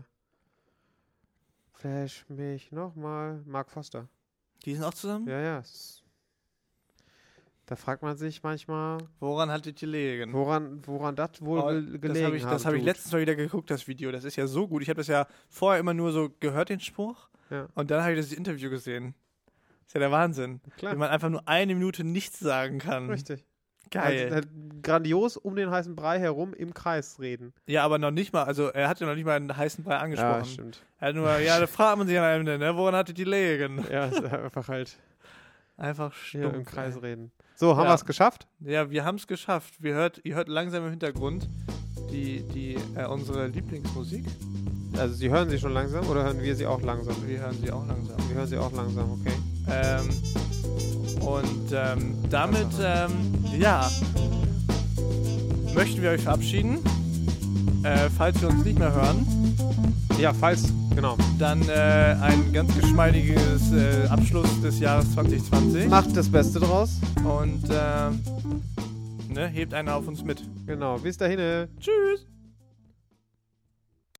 [SPEAKER 2] Flash mich nochmal. Mark Foster.
[SPEAKER 1] die sind auch zusammen?
[SPEAKER 2] Ja, ja. es- Da fragt man sich manchmal,
[SPEAKER 1] Woran hattet ihr gelegen?
[SPEAKER 2] woran, woran das wohl
[SPEAKER 1] Oh,
[SPEAKER 2] gel- gelegen
[SPEAKER 1] Das habe ich, das
[SPEAKER 2] haben
[SPEAKER 1] hab ich
[SPEAKER 2] tut.
[SPEAKER 1] letztens mal wieder geguckt, das Video. Das ist ja so gut. Ich habe das ja vorher immer nur so gehört, den Spruch.
[SPEAKER 2] Ja.
[SPEAKER 1] Und dann habe ich das Interview gesehen. Ist ja der Wahnsinn.
[SPEAKER 2] Klar,
[SPEAKER 1] Wie man einfach nur eine Minute nichts sagen kann.
[SPEAKER 2] richtig.
[SPEAKER 1] Geil.
[SPEAKER 2] Halt, halt grandios um den heißen Brei herum im Kreis reden.
[SPEAKER 1] ja, aber noch nicht mal, also er hat ja noch nicht mal einen heißen Ball
[SPEAKER 2] Ja,
[SPEAKER 1] angesprochen.
[SPEAKER 2] stimmt.
[SPEAKER 1] er hat nur, ja, da fragt man sich am Ende, ne? Woran hattet ihr gelegen?
[SPEAKER 2] Ja, es ist einfach halt
[SPEAKER 1] Einfach
[SPEAKER 2] hier
[SPEAKER 1] stumpf.
[SPEAKER 2] im Kreis reden. So, haben
[SPEAKER 1] Ja.
[SPEAKER 2] wir es geschafft?
[SPEAKER 1] Ja, wir haben es geschafft. Wir hört, ihr hört langsam im Hintergrund die, die, äh, unsere Lieblingsmusik.
[SPEAKER 2] Also Sie hören sie schon langsam oder hören wir sie auch langsam?
[SPEAKER 1] Wir hören sie auch langsam.
[SPEAKER 2] Wir hören sie auch langsam, okay.
[SPEAKER 1] Ähm, und ähm, damit, ähm, ja, möchten wir euch verabschieden. Äh, falls wir uns nicht mehr hören,
[SPEAKER 2] Ja, falls, genau.
[SPEAKER 1] dann äh, ein ganz geschmeidiges äh, Abschluss des Jahres 2020.
[SPEAKER 2] Macht das Beste draus.
[SPEAKER 1] Und ähm, ne, hebt einer auf uns mit.
[SPEAKER 2] Genau, bis dahin. äh.
[SPEAKER 1] Tschüss!